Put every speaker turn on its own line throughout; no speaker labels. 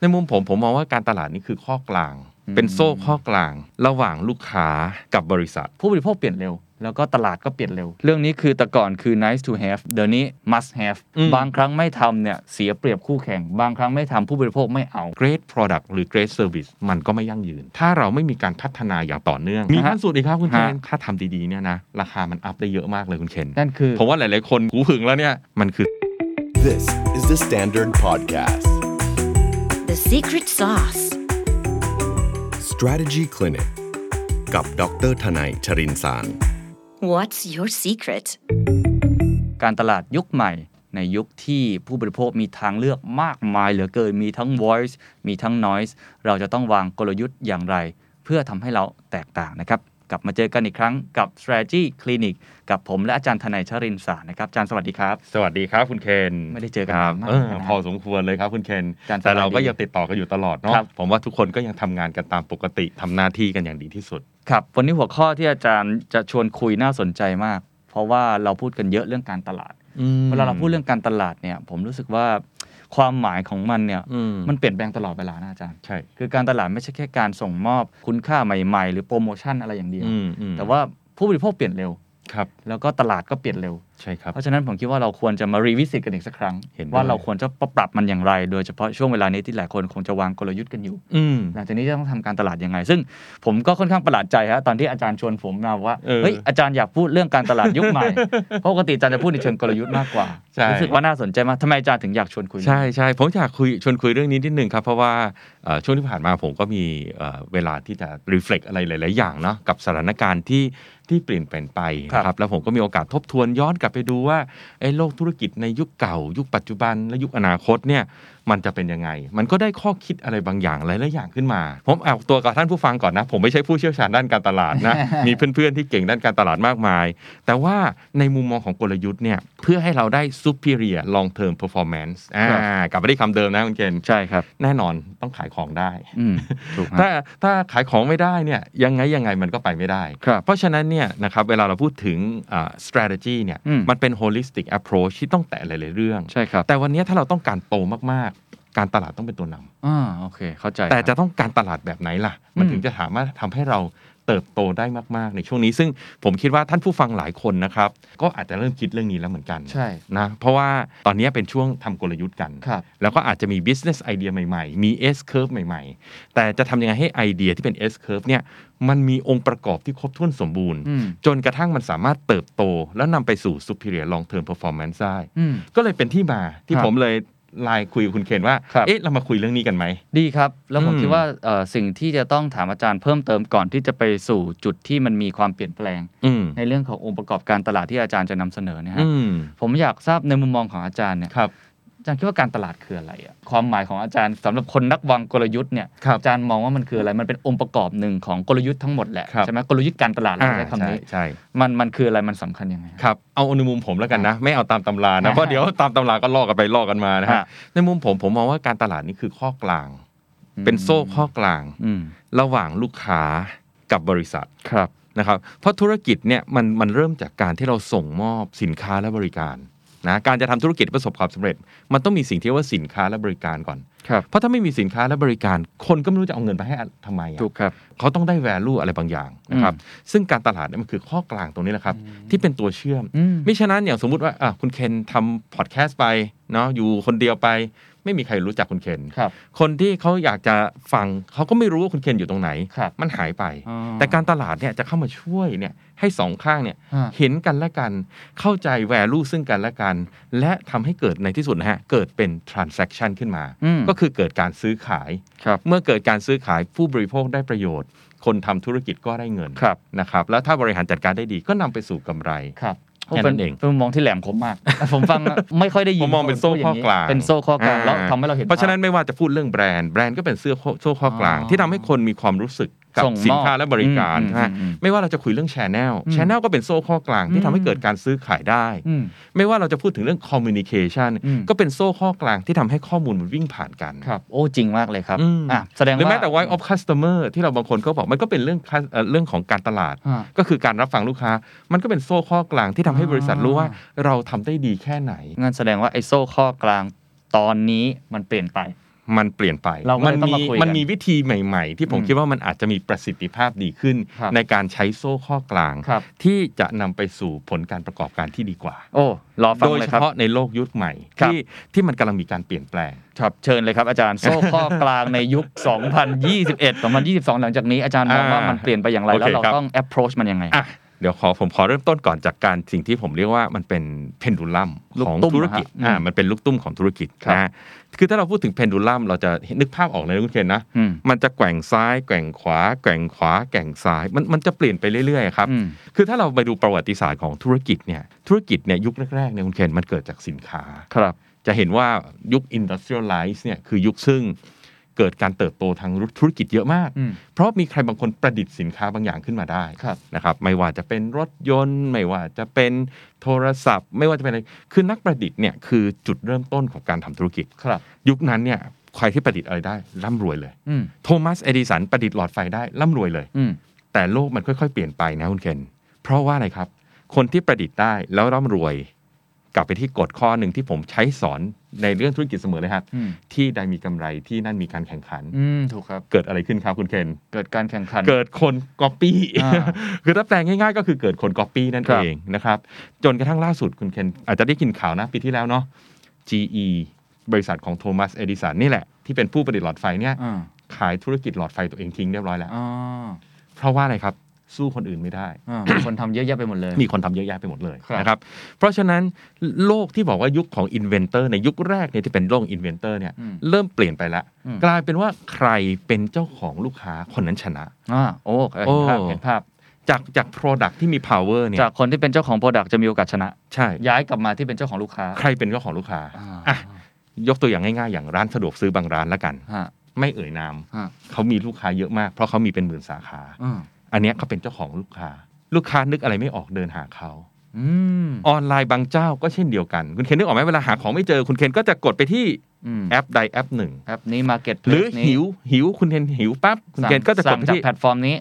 ในมุมผมผมมองว่าการตลาดนี่คือข้อกลาง
อืม
เป็นโซ่ข้อกลาง ระหว่างลูกค้ากับบริษัท
ผู้บริโภคเปลี่ยนเร็ว แล้วก็ตลาดก็เปลี่ยนเร็ว
เรื่องนี้คือแต่ก่อนคือ nice to have เดี๋ยวนี้ must have
อืม
บางครั้งไม่ทำเนี่ยเสียเปรียบคู่แข่ง บางครั้งไม่ทำผู้บริโภคไม่เอา
Great Product หรือ Great Service มันก็ไม่ยั่งยืน ถ้าเราไม่มีการพัฒนาอย่างต่อเนื่อง มีขั้นสุดอีกครับคุณเคน
ฮะ
ถ้าทำดีๆเนี่ยนะ ราคามันอัพได้เยอะมากเลยคุณเคน
นั่นคือ
ผมว่าหลายๆคนหูหึงแล้วเนี่ยมันคือ
This is the Standard Podcast.
The secret sauce.
Strategy Clinic กับดรทนายชรินสาร
What's your secret?
การตลาดยุคใหม่ ในยุคที่ผู้บริโภคมีทางเลือกมากมายเหลือเกินมีทั้ง voice มีทั้ง noise เราจะต้องวางกลยุทธ์อย่างไร เพื่อทำให้เราแตกต่างนะครับ กลับมาเจอกันอีกครั้งกับ strategy clinic กับผมและอาจารย์ทนายชรินทร์สารนะครับอาจารย์สวัสดีครับ
สวัสดีครับคุณเคน
ไม่ได้เจอกัน
ครับ
นานมาก
เออ
นะ
พอสมควรเลยครับคุณเคน
การ
แต่เรา
สบายดี
ก็ยังติดต่อกันอยู่ตลอดเนาะ
ครับ
ผมว่าทุกคนก็ยังทำงานกันตามปกติทำหน้าที่กันอย่างดีที่สุด
ครับวันนี้หัวข้อที่อาจารย์จะชวนคุยน่าสนใจมาก เพราะว่าเราพูดกันเยอะเรื่องการตลาด เวลาเราพูดเรื่องการตลาดเนี่ยผมรู้สึกว่าความหมายของมันเนี่ย
อืม
มันเปลี่ยนแปลงตลอดเวลานะอาจารย์
ใช่
คือการตลาดไม่ใช่แค่การส่งมอบคุณค่าใหม่ๆ หรือโปรโมชั่นอะไรอย่างเดียว
อืมอืม
แต่ว่าผู้บริโภคเปลี่ยนเร็ว
ครับ
แล้วก็ตลาดก็เปลี่ยนเร็ว
ใช่ครับ
เพราะฉะนั้นผมคิดว่าเราควรจะมารีวิสิตกันอีกสักครั้ง
เห็นด้วย
ว่าเราควรจะปรับมันอย่างไร โดยเฉพาะช่วงเวลานี้ที่หลายคนคงจะวางกลยุทธ์กันอยู่
อืม
หลังจากนี้จะต้องทำการตลาดยังไง ซึ่งผมก็ค่อนข้างประหลาดใจฮะตอนที่อาจารย์ชวนผมมาว่า
เออ
เฮ้ยอาจารย์อยากพูดเรื่องการตลาดยุคใหม่ เพราะปกติอาจารย์จะพูดในเชิงกลยุทธ์มากกว่า
ใช่
รู้สึกว่าน่าสนใจมากทำไมอาจารย์ถึงอยากชวนคุยเรื่อง
ใช่
นี้
ใช่ผมอยากคุยชวนคุยเรื่องนี้นิดนึงครับเพราะว่าเอ่อช่วงที่ผ่านมาผมก็มีเอ่อเวลาที่จะ reflect อะไรหลาย ๆ อย่างเนาะกับสถานการณ์ที่ที่เปลี่ยนแปลงไป
ครับ
นะครับแล้วผมก็มีโอกาสทบทวนย้อนกลับไปดูว่าไอ้โลกธุรกิจในยุคเก่า ยุคปัจจุบันและยุคอนาคตเนี่ยมันจะเป็นยังไง มันก็ได้ข้อคิดอะไรบางอย่างหลายๆอย่างขึ้นมา ผมเอาตัวกับท่านผู้ฟังก่อนนะ ผมไม่ใช่ผู้เชี่ยวชาญด้านการตลาด นะ มีเพื่อน ๆ ที่เก่งด้านการตลาดมากมาย แต่ว่าในมุมมองของกลยุทธ์เนี่ยเพื่อให้เราได้ superior long term performance อ่า
ครับ
กลับไปที่คำเดิมนะคุณเกณฑ์
ใช่ครับ
แน่นอนต้องขายของได้
อืมถูกฮะ
ถ้าถ้าขายของไม่ได้เนี่ยยังไงยังไงมันก็ไปไม่ได้
ครับ
เพราะฉะนั้นเนี่ยนะครับเวลาเราพูดถึงอ่า strategy เนี่ย
อืม
มันเป็น holistic approach ที่ต้องแตะหลาย ๆ เรื่อง
ใช่ครับ
แต่วันนี้ถ้าเราต้องการโตมาก ๆ การตลาดต้องเป็นตัวนำ
อ่าโอเค เข้าใจ
แต่จะ
ครับ
ต้องการตลาดแบบไหนล่ะ มัน
อืม
ถึงจะสามารถทำให้เราเติบโตได้มาก ๆ ในช่วงนี้ ซึ่งผมคิดว่าท่านผู้ฟังหลายคนนะครับ ก็อาจจะเริ่มคิดเรื่องนี้แล้วเหมือนกัน
ใช่
นะเพราะว่าตอนนี้เป็นช่วงทำกลยุทธ์กัน
ครับ
แล้วก็อาจจะมี business idea ใหม่ๆ มี S curve ใหม่ ๆ แต่จะทำยังไงให้ไอเดียที่เป็น S curve เนี่ย มันมีองค์ประกอบที่ครบถ้วนสมบูรณ์
อืม
จนกระทั่งมันสามารถเติบโต แล้วนำไปสู่ superior long term performance ได้
อืม
ก็เลยเป็นที่มาที่
ครับ
ผมเลยไลน์คุยกับคุณเคนว่า
ครับ
เอ๊ะ เรามาคุยเรื่องนี้กันไหม
ดีครับ แล้วผม
อืม
คิดว่าเอ่อสิ่งที่จะต้องถามอาจารย์เพิ่มเติมก่อนที่จะไปสู่จุดที่มันมีความเปลี่ยนแปลง
ืม
ในเรื่องขององค์ประกอบการตลาดที่อาจารย์จะนำเสนอเนะฮะ
อืม
ผมอยากทราบในมุมมองของอาจารย์เนี่ย
ครับ
อาจารย์คิดว่าการตลาดคืออะไรอะความหมายของอาจารย์สำหรับคนนักวางกลยุทธ์เนี่ย
ครับ
อาจารย์มองว่ามันคืออะไรมันเป็นองค์ประกอบหนึ่งของกลยุทธ์ทั้งหมดแหละ
ครับ
ใช่ไหมกลยุทธ์การตลาดเราใช้คำนี้
อ่าใช่
มันมันคืออะไรมันสำคัญยังไงฮะ
ครับ เอาในมุมผมแล้วกันนะ ไม่เอาตามตำรานะ เพราะเดี๋ยวตามตำราก็ลอกกันไปลอกกันมานะฮะ
ฮะ
ในมุมผมผมมองว่าการตลาดนี่คือข้อกลาง เป็นโซ่ข้อกลาง
อืม
ระหว่างลูกค้ากับบริษัท
ครับ
นะครับ เพราะธุรกิจเนี่ยมันมันเริ่มจากการที่เราส่งมอบสินค้าและบริการนะการจะทำธุรกิจประสบความสำเร็จ มันต้องมีสิ่งที่เรียกว่าสินค้าและบริการก่อน
ครับ
เพราะถ้าไม่มีสินค้าและบริการ คนก็ไม่รู้จะเอาเงินไปให้อะทำไมอะ
ถูกครับ
เขาต้องได้ value อะไรบางอย่างนะครับซึ่งการตลาดเนี่ยมันคือข้อกลางตรงนี้แหละครับ ที่เป็นตัวเชื่อม
อืม
มิฉะนั้นอย่างสมมุติว่าอ่ะคุณเคนทำพอดแคสต์ไปเนาะอยู่คนเดียวไป ไม่มีใครรู้จักคุณเคน
ครับ
คนที่เขาอยากจะฟังเขาก็ไม่รู้ว่าคุณเคนอยู่ตรงไหน
ครับ
มันหายไป
อ๋อ
แต่การตลาดเนี่ยจะเข้ามาช่วยเนี่ยให้สองข้างเนี่ย
ฮะ
เห็นกันและกัน เข้าใจ value ซึ่งกันและกัน และทำให้เกิดในที่สุดนะฮะ เกิดเป็น transaction ขึ้นมา
อืม
ก็คือเกิดการซื้อขาย
ครับ
เมื่อเกิดการซื้อขายผู้บริโภคได้ประโยชน์ คนทำธุรกิจก็ได้เงิน
ครับ
นะครับแล้วถ้าบริหารจัดการได้ดีก็นำไปสู่กำไร
ครับ
แค่นั้นเอง
ป็นมุมมองที่แหลมคมมาก ผมฟังไม่ค่อยได้ยิน
ผมมองเป็นโซ่ข้อกลาง
เป็นโซ่ข้อกลางแล้วทำให้เราเห็น
เพราะฉะนั้นไม่ว่าจะพูดเรื่องแบรนด์แบรนด์ก็เป็นเสื้อโคโซ่ข้อกลาง
อ๋อ
ที่ทำให้คนมีความรู้สึกกับ
ส่งมอบ
สินค้าและบริการ
อืม
ใช่ไหม
อืมอืม
ไม่ว่าเราจะคุยเรื่องแชนแนล
อืม
แชนแนลก็เป็นโซ่ข้อกลางที่ทำให้
อืม
เกิดการซื้อขายได้
อืม
ไม่ว่าเราจะพูดถึงเรื่องคอมมิวนิเคชัน
อืม
ก็เป็นโซ่ข้อกลางที่ทำให้ข้อมูลมันวิ่งผ่านกัน
ครับ โอ้จริงมากเลยครับ
อืม
อ่ะแสดง
หรือ
ว่า
แม้แต่ voice of customer ที่เราบางคนก็บอกมันก็เป็นเรื่อง cus- เอ่อเรื่องของการตลาด
ฮะ
ก็คือการรับฟังลูกค้า มันก็เป็นโซ่ข้อกลางที่ทำให้บริษัทรู้ว่า
อ่
เราทำได้ดีแค่ไหน
งั้นแสดงว่าไอโซ่ข้อกลางตอนนี้มันเปลี่ยนไป
มันเปลี่ยนไป
เราก็เลยต้องมาคุยกัน
มันมีวิธีใหม่ ๆ ที่ผม
อืม
คิดว่ามันอาจจะมีประสิทธิภาพดีขึ้น
ครับ
ในการใช้โซ่ข้อกลาง
ครับ
ที่จะนำไปสู่ผลการประกอบการที่ดีกว่า
โอ้รอฟัง
โดย
เลย
เฉ
ครับ
พาะในโลกยุคใหม่
ครับ
ที่ที่มันกำลังมีการเปลี่ยนแปลง
ครับเชิญเลยครับอา จารย์ โซ่ข้อกลางในยุค 2021 2022 หลังจากนี้อาจารย์มองว่า
อ่ามั
มันเปลี่ยนไปอย่างไร
โอเค
แล้วเรา
ครับ
ต้อง approach มันยังไง
อ่ะเดี๋ยวขอผมขอเริ่มต้นก่อนจากการสิ่งที่ผมเรียกว่ามันเป็นเพนดูลัม
ลูก
ของ
ตุ้ม
ธุรกิจ
นะฮะ
อ่า
อืม
มันเป็นลูกตุ้มของธุรกิจ
ครับ
นะคือถ้าเราพูดถึงเพนดูลัมเราจะนึกภาพออกเลยนะคุณเคนนะ
อืม
มันจะแกว่งซ้ายแกว่งขวา แกว่งขวา แกว่งซ้าย มันมันจะเปลี่ยนไปเรื่อยๆครับ
อืม
คือถ้าเราไปดูประวัติศาสตร์ของธุรกิจเนี่ยธุรกิจเนี่ยยุคแรกๆเนี่ยคุณเคนมันเกิดจากสินค้า
ครับ
จะเห็นว่ายุค industrialize เนี่ยคือยุคซึ่งเกิดการเติบโตทางธุรกิจเยอะมาก
อืม
เพราะมีใครบางคนประดิษฐ์สินค้าบางอย่างขึ้นมาได้
ครับ
นะครับไม่ว่าจะเป็นรถยนต์ ไม่ว่าจะเป็นโทรศัพท์ ไม่ว่าจะเป็นอะไรคือนักประดิษฐ์เนี่ยคือจุดเริ่มต้นของการทำธุรกิจ
ครับ
ยุคนั้นเนี่ยใครที่ประดิษฐ์อะไรได้ร่ำรวยเลย
อืม
โทมัสเอดิสันประดิษฐ์หลอดไฟได้ร่ำรวยเลย
อืม
แต่โลกมันค่อยๆ เปลี่ยนไปนะคุณเคนเพราะว่าอะไรครับ คนที่ประดิษฐ์ได้แล้วร่ำรวย กลับไปที่กฎข้อหนึ่งที่ผมใช้สอนในเรื่องธุรกิจเสมอเลยครับ
อืม
ที่ใดมีกำไรที่นั่นมีการแข่งขัน
อืมถูกครับ
เกิดอะไรขึ้นครับคุณเคน
เกิดการแข่งขัน
เกิดคนก๊อปปี้
อ่า
คือถ้าแปลงง่ายๆ ก็คือเกิดคนก๊อปปี้นั่น
ครับ
เองนะครับ จนกระทั่งล่าสุดคุณเคนอาจจะได้กินข่าวนะปีที่แล้วเนาะ GE บริษัทของโทมัสเอดิสันนี่แหละ ที่เป็นผู้ประดิษฐ์หลอดไฟเนี่ย
อ่า
ขายธุรกิจหลอดไฟตัวเองทิ้งเรียบร้อยแล้ว
อ่า
เพราะว่าอะไรครับ สู้คนอื่นไม่ได้
อ่าคนทำเยอะแยะไปหมดเลย
มีคนทำเยอะแยะไปหมดเลย
ครับ
นะครับ เพราะฉะนั้นโลกที่บอกว่ายุคของอินเวนเตอร์ในยุคแรกเนี่ยที่เป็นโลกอินเวนเตอร์เนี่ย
อืม
เริ่มเปลี่ยนไปละ
อืม
กลายเป็นว่าใครเป็นเจ้าของลูกค้าคนนั้นชนะ
อ่าโอ้เห็นภาพ
โอ้
เห็นภาพ
จากจาก Product ที่มี power เนี่ย
จากคนที่เป็นเจ้าของโปรดักจะมีโอกาสชนะ
ใช่
ย้ายกลับมาที่เป็นเจ้าของลูกค้า
ใครเป็นเจ้าของลูกค้า
อ่า
อ่ะ ยกตัวอย่างง่ายๆ อย่างร้านสะดวกซื้อบางร้านละกัน
ฮะ
ไม่เอ่ยนาม
ฮะ
เขามีลูกค้าเยอะมากเพราะเขามีเป็นหมื่นสาขา
อ่า
อันเนี้ยเขาเป็นเจ้าของลูกค้า ลูกค้านึกอะไรไม่ออกเดินหาเขา
อืม
ออนไลน์บางเจ้าก็เช่นเดียวกัน คุณเคนนึกออกไหมเวลาหาของไม่เจอคุณเคนก็จะกดไปที่
อืม
แอปใดแอปหนึ่ง
แอปนี้มาเก็ต
หรือหิวหิวคุณเคนหิวปั๊บคุณเคนก็จะกดไป
จาก
ที่
แพลตฟอร์มนี้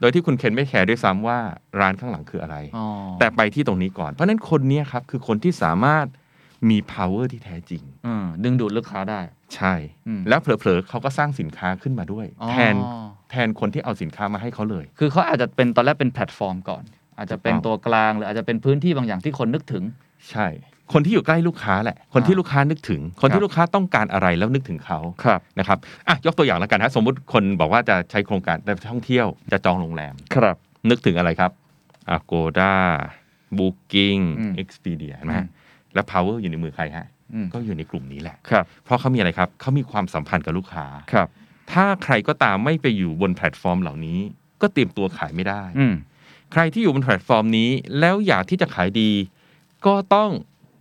โดยที่คุณเคนไม่แคร์ด้วยซ้ำว่าร้านข้างหลังคืออะไร
อ๋อ
แต่ไปที่ตรงนี้ก่อน เพราะฉะนั้นคนเนี้ยครับคือคนที่สามารถมี power ที่แท้จริง
อืมดึงดูดลูกค้าได้
ใช่
อืม
แล้วเผลอๆเขาก็สร้างสินค้าขึ้นมาด้วย
อ๋อ
แทนแทนคนที่เอาสินค้ามาให้เขาเลย
คือเขาอาจจะเป็นตอนแรกเป็นแพลตฟอร์มก่อน อาจจะเป็น
ถูกต้อง
ตัวกลาง หรืออาจจะเป็นพื้นที่บางอย่างที่คนนึกถึง
ใช่ คนที่อยู่ใกล้ลูกค้าแหละ คนที่ลูกค้านึกถึง คน
ครั
ที่
บ
ลูกค้าต้องการอะไรแล้วนึกถึงเขา
ครับ
นะครับอ่ะยกตัวอย่างแล้วกันฮะสมมติคนบอกว่าจะใช้โครงการจะท่องเที่ยวจะจองโรงแรม
ครับ
นึกถึงอะไรครับ Agoda Booking
อืม
Expedia เห็นไหมฮะ
อืม
แล้ว Power อยู่ในมือใครฮะ
อืม
ก็อยู่ในกลุ่มนี้แหละ
ครับ
เพราะเขามีอะไรครับเขามีความสัมพันธ์กับลูกค้า
ครับ
ถ้าใครก็ตามไม่ไปอยู่บนแพลตฟอร์มเหล่านี้ ก็เตรียมตัวขายไม่ได้
อืม
ใครที่อยู่บนแพลตฟอร์มนี้ แล้วอยากที่จะขายดี ก็ต้อง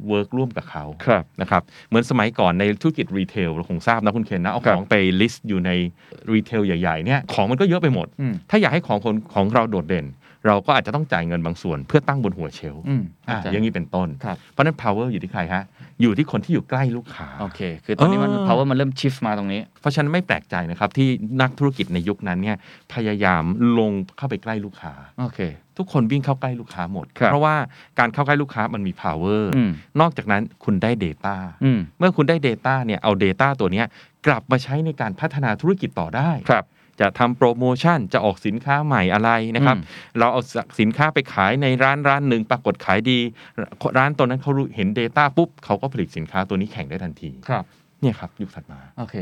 เวิร์กร่วมกับเขา
ครับ
นะครับเหมือนสมัยก่อนในธุรกิจรีเทลเราคงทราบนะคุณเคนนะ เอา
ครั
ข
บ
องไปลิสต์อยู่ในรีเทลใหญ่ๆเนี่ยของมันก็เยอะไปหมด
อืม
ถ้าอยากให้ของคนของเราโดดเด่น เราก็อาจจะต้องจ่ายเงินบางส่วน เพื่อตั้งบนหัวเชลฟ์
อืม
อ่ะ
เข้ใจ
อย่างนี้เป็นต้น
ครับ
เพราะฉะนั้น power อยู่ที่ใครฮะอยู่ที่คนที่อยู่ใกล้ลูกค้า
โอเค คือตอนนี้มัน
เออ
power มันเริ่ม shift มาตรงนี้
เพราะฉะนั้นไม่แปลกใจนะครับที่นักธุรกิจในยุคนั้นเนี่ยพยายามลงเข้าไปใกล้ลูกค้า
โอเค
ทุกคนวิ่งเข้าใกล้ลูกค้าหมด
ครับ
เพราะว่าการเข้าใกล้ลูกค้ามันมี power
อืม
นอกจากนั้นคุณได้ data
อืม
เมื่อคุณได้ data เนี่ยเอา data ตัวเนี้ยกลับมาใช้ในการพัฒนาธุรกิจต่อได้
ครับ
จะทำโปรโมชั่นจะออกสินค้าใหม่อะไรนะครับ
อืม
เราเอาสินค้าไปขายในร้านร้านหนึ่งปรากฏขายดี ร้านตัวนั้นเขารู้เห็น Data ปุ๊บเขาก็ผลิตสินค้าตัวนี้แข่งได้ทันที
ครับ
เนี่ยครับยุคถัดมา
โอเค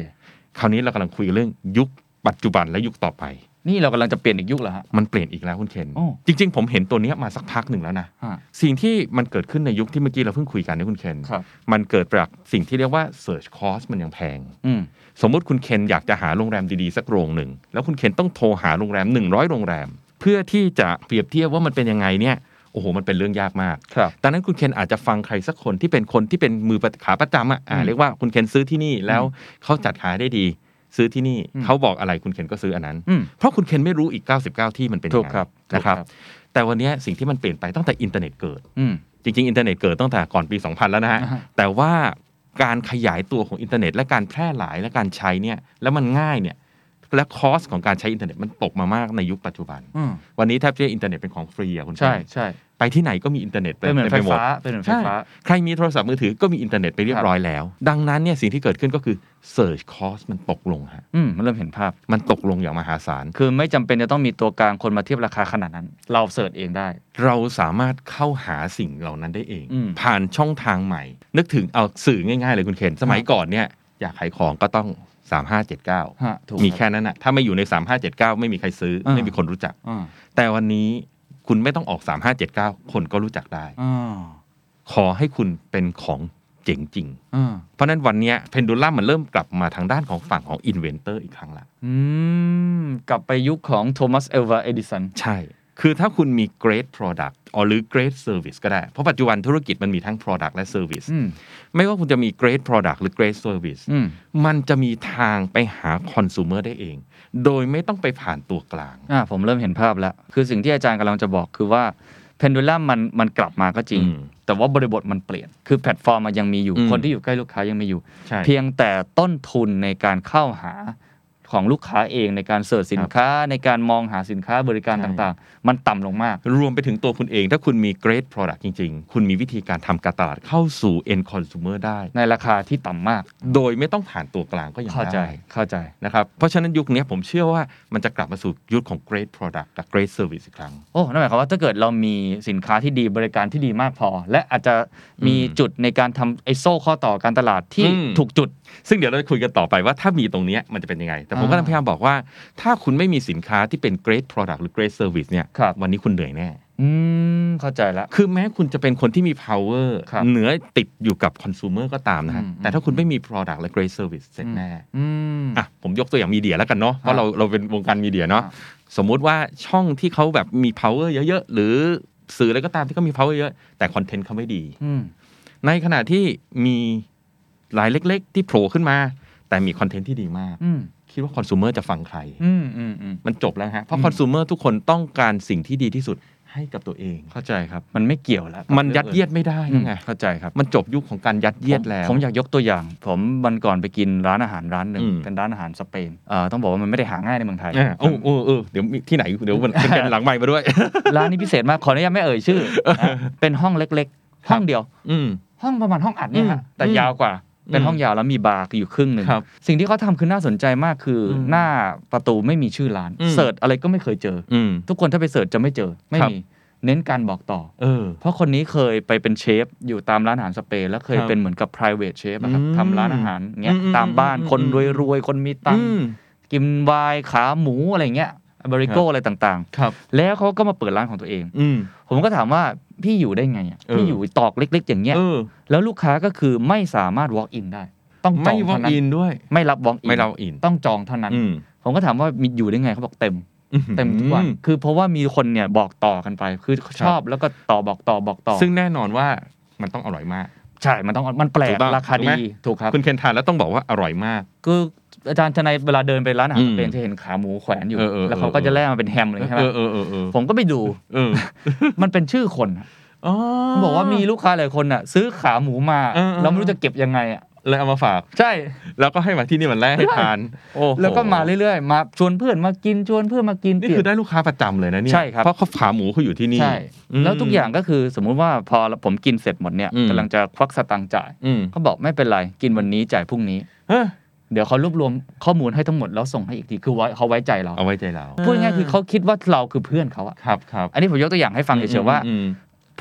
คราวนี้เรากำลังคุยเรื่องยุคปัจจุบันและยุคต่อไป
นี่เรากำลังจะเปลี่ยนอีกยุคเหรอฮะ
มันเปลี่ยนอีกแล้วคุณเคน
โอ้
จริง ๆ ผมเห็นตัวเนี้ยมาสักพักหนึ่งแล้วนะ
ฮะ
สิ่งที่มันเกิดขึ้นในยุคที่เมื่อกี้เราเพิ่งคุยกันนะคุณเคน
ครับ
มันเกิดจากสิ่งที่เรียกว่า search cost มันยังแพง
อืม
สมมุติคุณเคนอยากจะหาโรงแรมดีๆ สักโรงหนึ่ง แล้วคุณเคนต้องโทรหาโรงแรม 100 โรงแรม เพื่อที่จะเปรียบเทียบว่ามันเป็นยังไงเนี่ยโอ้โหมันเป็นเรื่องยากมาก
ครับ
ดังนั้นคุณเคนอาจจะฟังใครสักคนที่เป็นคนที่เป็นมือขาประจำอะอ่ะ
อืม
เรียกว่าคุณเคนซื้อที่นี่แล้วเขาจัดขายได้ดี ซื้อที่นี่
อืม
เขาบอกอะไรคุณเคนก็ซื้ออันนั้น
อืม
เพราะคุณเคนไม่รู้อีก 99 ที่มันเป็นยัง
ถู
ไง
กครับ
นะครับ
ถูกครับ
แต่วันเนี้ยสิ่งที่มันเปลี่ยนไปตั้งแต่อินเทอร์เน็ตเกิด
อืม
จริงๆ อินเทอร์เน็ตเกิดตั้งแต่ก่อนปี 2000 แล้วนะฮะ
อ่าฮะ
แต่ว่าการขยายตัวของอินเทอร์เน็ต และการแพร่หลายและการใช้เนี่ย แล้วมันง่ายเนี่ย และคอสของการใช้อินเทอร์เน็ตมันตกมามากในยุคปัจจุบัน
อืม
วันนี้แทบจะอินเทอร์เน็ตเป็นของฟรีอะคุณ
ใช่
แป้ง
ใช่
ไปที่ไหนก็มีอินเทอร์เน็ต
เป็นเหมือนไฟ
ต็ปมด
ฟ้าเป็นเหมือนไฟฟ้า
ใครมีโทรศัพท์มือถือก็มีอินเทอร์เน็ตไปเรีย
ครับ บ
ร้อยแล้ว ดังนั้นเนี่ยสิ่งที่เกิดขึ้นก็คือ Search Cost มันตกลงฮะ
อืมมันเริ่มเห็นภาพ
มันตกลงอย่างมหาศาล
คือไม่จำเป็นจะต้องมีตัวกลางคนมาเทียบราคาขนาดนั้น เราเสิร์ชเองได้
เราสามารถเข้าหาสิ่งเหล่านั้นได้เอง
อืม
ผ่านช่องทางใหม่ นึกถึงเอาสื่อง่ายๆเลยคุณเคนสมัย
ครับ
ก่อนเนี่ยอยากขายของก็ต้อง 3579
ฮะถูก
มีแค่นั้นอะถ้าไม่อยู่ใน 3579 ไม่มีใครซื้อ
อ่า
ไม่มีคนรู้จัก
อ่า
แต่วันนี้คุณไม่ต้องออก 3579 คนก็รู้จักได้
อ่า
ขอให้คุณเป็นของเจ๋งจริง
อ่า
เพราะฉะนั้นวันเนี้เพนดูลัมมันเริ่มกลับมาทางด้านของฝั่งของอินเวนเตอร์อีกครั้งละ
อืมกลับไปยุคของโทมัสเอลวาเอดิสัน
ใช่ คือถ้าคุณมี great product หรือ great service ก็ได้ เพราะปัจจุบันธุรกิจมันมีทั้ง product และ service
อืม
ไม่ว่าคุณจะมี great product หรือ great service
อืม
มันจะมีทางไปหา consumer ได้เอง โดยไม่ต้องไปผ่านตัวกลาง
อ่าผมเริ่มเห็นภาพแล้ว คือสิ่งที่อาจารย์กำลังจะบอกคือว่าเพนดูลัมมันมันกลับมาก็จริง
อืม
แต่ว่าบริบทมันเปลี่ยน คือแพลตฟอร์มมันยังมีอยู่
อืม
คนที่อยู่ใกล้ลูกค้ายังมีอยู่
ใช่
เพียงแต่ต้นทุนในการเข้าหาของลูกค้าเองในการเสิร์ชสินค้าในการมองหาสินค้าบริการ
ใช่
ต่างๆ มันต่ำลงมาก
รวมไปถึงตัวคุณเอง ถ้าคุณมี great product จริง ๆ คุณมีวิธีการทำการตลาดเข้าสู่ end consumer ได้
ในราคาที่ต่ำมาก
โดยไม่ต้องผ่านตัวกลางก็ยัง
เข้าใจ
ได้
เข้าใจ
นะครับ เพราะฉะนั้นยุคนี้ผมเชื่อว่ามันจะกลับมาสู่ยุคของ great product กับ great service อีกครั้ง
โอ้นั่นหมายความว่าถ้าเกิดเรามีสินค้าที่ดีบริการที่ดีมากพอ และอาจจะมี
อืม
จุดในการทำไอโซ่ข้อต่อการตลาดที่
อืม
ถูกจุด
ซึ่งเดี๋ยวเราจะคุยกันต่อไปว่าถ้ามีตรงเนี้ยมันจะเป็นยังไง แต่ผม
อ่า
ก็พยายามบอกว่า ถ้าคุณไม่มีสินค้าที่เป็น great product หรือ great service เนี่ย
ครับ
วันนี้คุณเหนื่อยแน่
อืมเข้าใจละ
คือแม้คุณจะเป็นคนที่มี power
ครับ
เหนือติดอยู่กับ consumer ก็ตามนะฮะ
อืม
แต่ถ้าคุณไม่มี product และ great service เสร็จแน่
อืม
อ่ะผมยกตัวอย่างมีเดียแล้วกันเนาะเพ
ครั
ราะ
บ
เราเราเป็นวงการมีเดียเนาะ
ครับ
สมมุติว่าช่องที่เขาแบบมี power เยอะๆหรือสื่ออะไรก็ตามที่เขามี power เยอะแต่คอนเทนต์เขาไม่ดี ในขณะที่มีรายเล็ก ๆ ที่โผล่ขึ้นมา แต่มีคอนเทนต์ที่ดีมาก
ืม
คิดว่าคอน sumer จะฟังใคร
อืมอืมอืม
มันจบแล้วฮะ เพราะ
อืม
คอน sumer ทุกคนต้องการสิ่งที่ดีที่สุดให้กับตัวเอง
เข้าใจครับ มันไม่เกี่ยวละ
มันยัดเยียดไม่ได้
อืม
แล้วไง
เข้าใจครับ
มันจบยุคของการยัดเยียดแล้ว
ผมผมอยากยกตัวอย่าง ผมวันก่อนไปกินร้านอาหารร้านหนึ่ง
อืม
เป็นร้านอาหารสเปนเอ่อต้องบอกว่ามันไม่ได้หาง่ายในเมืองไทย
อ่ะโอ้โอ้เออเดี๋ยวมีที่ไหนเดี๋ยวมัน เป็นกันหลังใหม่มาด้วย
ร้านนี้พิเศษมากขออนุญาตไม่เอ่ยชื่อนะเป็นห้องเล็กๆ ห้องเดียว
อืม
ห้องประมาณห้องอัดเนี่ยฮะ
อืม
แต่ยาวกว่า เป็น
อืม
ห้องยาวแล้วมีบาร์อยู่ครึ่งหนึ่ง
ครับ
สิ่งที่เขาทำคือน่าสนใจมากคืออ
ม
หน้าประตูไม่มีชื่อร้าน
อืม
เสิร์ชอะไรก็ไม่เคยเจอ
อืม
ทุกคนถ้าไปเสิร์ชจะไม่เจอไม่
ครับ
มีเน้นการบอกต่อ
เออ
เพราะคนนี้เคยไปเป็นเชฟอยู่ตามร้านอาหารสเปนแล้วเคย
ครับ
เป็นเหมือนกับ private chef อะครับ
อืม
ทำร้านอาหารเงี้ย
อืมอืม
ตามบ้าน
อืม
คน
อืม
รวยๆคนมีตัง
อื
ค์
ม
กินไวน์ขาหมูอะไรเงี้ยบริโก
ครับ
อะไรต่าง
ครับ
ๆ แล้วเขาก็มาเปิดร้านของตัวเอง
อืม
ผมก็ถามว่าพี่อยู่ได้ไงอะ
เออ
พี่อยู่ตอกเล็ก ๆ อย่างเงี้ย
เออ
แล้วลูกค้าก็คือไม่สามารถ walk in ได้ ต้องจ
ไม่
อง
วอ
เท่า
ล์ก
นั้
อิ
น
นด้วย
ไม่รับ walk in
ไม่เราอิน
ต้องจองเท่านั้น
อืม
ผมก็ถามว่ามีอยู่ได้ไงเขาบอกเต็ม เต็มทุกวัน คือเพราะว่ามีคนเนี่ยบอกต่อกันไป คือชอบแล้วก็ต่อบอกต่อบอกต่อ
ซึ่งแน่นอนว่ามันต้องอร่อยมาก
ใช่มันต้องมันแปล
ถู
ก
กต้อง
ราคา
ถูกไหม
ดีถูกครับ
คุณเคนทานแล้วต้องบอกว่าอร่อยมาก
คืออาจารย์ชนัยเวลาเดินไปร้านอาหาร
อืม
สเปนจะเห็นขาหมูแขวนอยู่
เออเออเออ
แล้วเขาก็จะแล่มาเป็นแฮมเลยใช่ไหม
เออเออเออเออ
ผมก็ไปดู
เออ
มันเป็นชื่อคนอะ
อ๋อ
เขาบอกว่ามีลูกค้าหลายคนอ่ะ ซื้อขาหมูมา
เออเออ
แล้วไม่รู้จะเก็บยังไงอ่ะ
เลยเอามาฝาก
ใช่
แล้วก็ให้มาที่นี่มันแรกให้ทานโอ้โห
แล้วก็มาเรื่อยๆ มาชวนเพื่อนมากินชวนเพื่อนมากิน
นี่คือ
เปลี่ย
ได้ลูกค้าประจำเลยนะเนี่ย
ใช่ครับ
เพราะเขาขาหมูเขาอยู่ที่นี่
ใช่
อืม
แล้วทุกอย่างก็คือสมมุติว่าพอผมกินเสร็จหมดเนี่ย
อืม
กำลังจะควักสตังค์จ่าย
อืม
เขาบอกไม่เป็นไร กินวันนี้จ่ายพรุ่งนี้
เอ้อ
เดี๋ยวเขารวบรวมข้อมูลให้ทั้งหมดแล้วส่งให้อีกทีคือไว้เขาไว้ใจเรา
เอาไว้ใจเรา
พูดง่ายๆคือเขาคิดว่าเราคือเพื่อนเขาอะ
ครับครับ
อันนี้ผมยกตัวอย่างให้ฟังเฉยๆว่า
อืม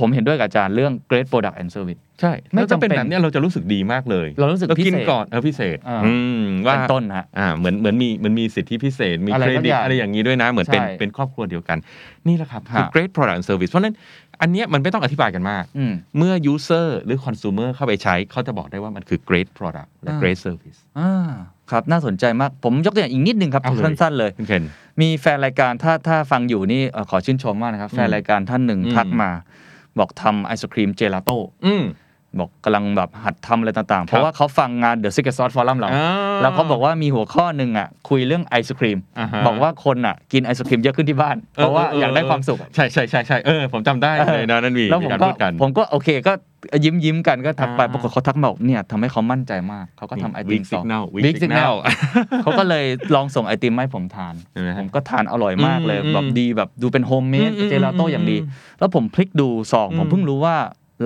ผมเห็นด้วยกับอาจารย์เรื่อง great product and service
ใช่
ไม่
แล้วถ้าเป็น
จำเป็น
แบบเนี้ยเราจะรู้สึกดีมากเลย
เรารู้สึก
เรา
พิ
กิน
เศษ
ก่อนเออพิเศษ
อ่า
อืมว่า
เป็นต้นฮะ
อ่าเหมือนเหมือนมีเหมือนมีสิทธิพิเศษ มี
อะไร
เครดิต
สักอย่าง
อะไรอย่างนี้ด้วยนะ เหมือนเป็น
ใช่
เป็นครอบครัวเดียวกัน นี่แหละครับ คือ
ฮะ
great product and service เพราะฉะนั้นอันเนี้ยมันไม่ต้องอธิบายกันมาก
อืม
เมื่อ user หรือ consumer เข้าไปใช้ เขาจะบอกได้ว่ามันคือ great product และ
อ่า
great service
อ่าครับน่าสนใจมากผมยกตัวอย่างอีกนิดนึงครับ
เอาเลย
สั้นๆเลย
คุณเคน
มีแฟนรายการถ้าถ้าฟังอยู่นี่เอ่อขอชื่นชมมากนะครับ แฟนรายการท่านหนึ่งทักมา บอกทำไอศครีมเจลาโต้
อืม
บอกกำลังแบบหัดทำอะไรต่างๆ เพราะว่าเขาฟังงาน The Secret Sauce Forum เรา
อ่า
แล้วเขาบอกว่ามีหัวข้อหนึ่งอ่ะคุยเรื่องไอศครีม
อ่าฮะ
บอกว่าคนอ่ะกินไอศครีมเยอะขึ้นที่บ้าน เพราะว่าอยากได้ความสุขอะ
ใช่ใช่ใช่ใช่เออ ผมจำได้เลยนะนั่นมี
แล้วผ
มี
ม
การ
ก็
พูดกัน
ผมก็โอเคก็ ยิ้มยิ้มๆกันก็ทักไป
อ่า
ปรากฏเขาทักมาบอกเนี่ยทำให้เขามั่นใจมากเขาก็ทำไอติม
สั
ต่อ
ญญาณ
Weak
weak signal
signal เขาก็เลยลองส่งไอติมมาให้ผมทาน
เห็นไหม
ผ
ฮะ
มก็ทานอร่อยมากเลย
อืม
แบบดีแบบดูเป็นโฮมเมด
อืม
เจลาโต้อย่างดี แล้วผมพลิกดูซอง
อืม
ผมเพิ่งรู้ว่า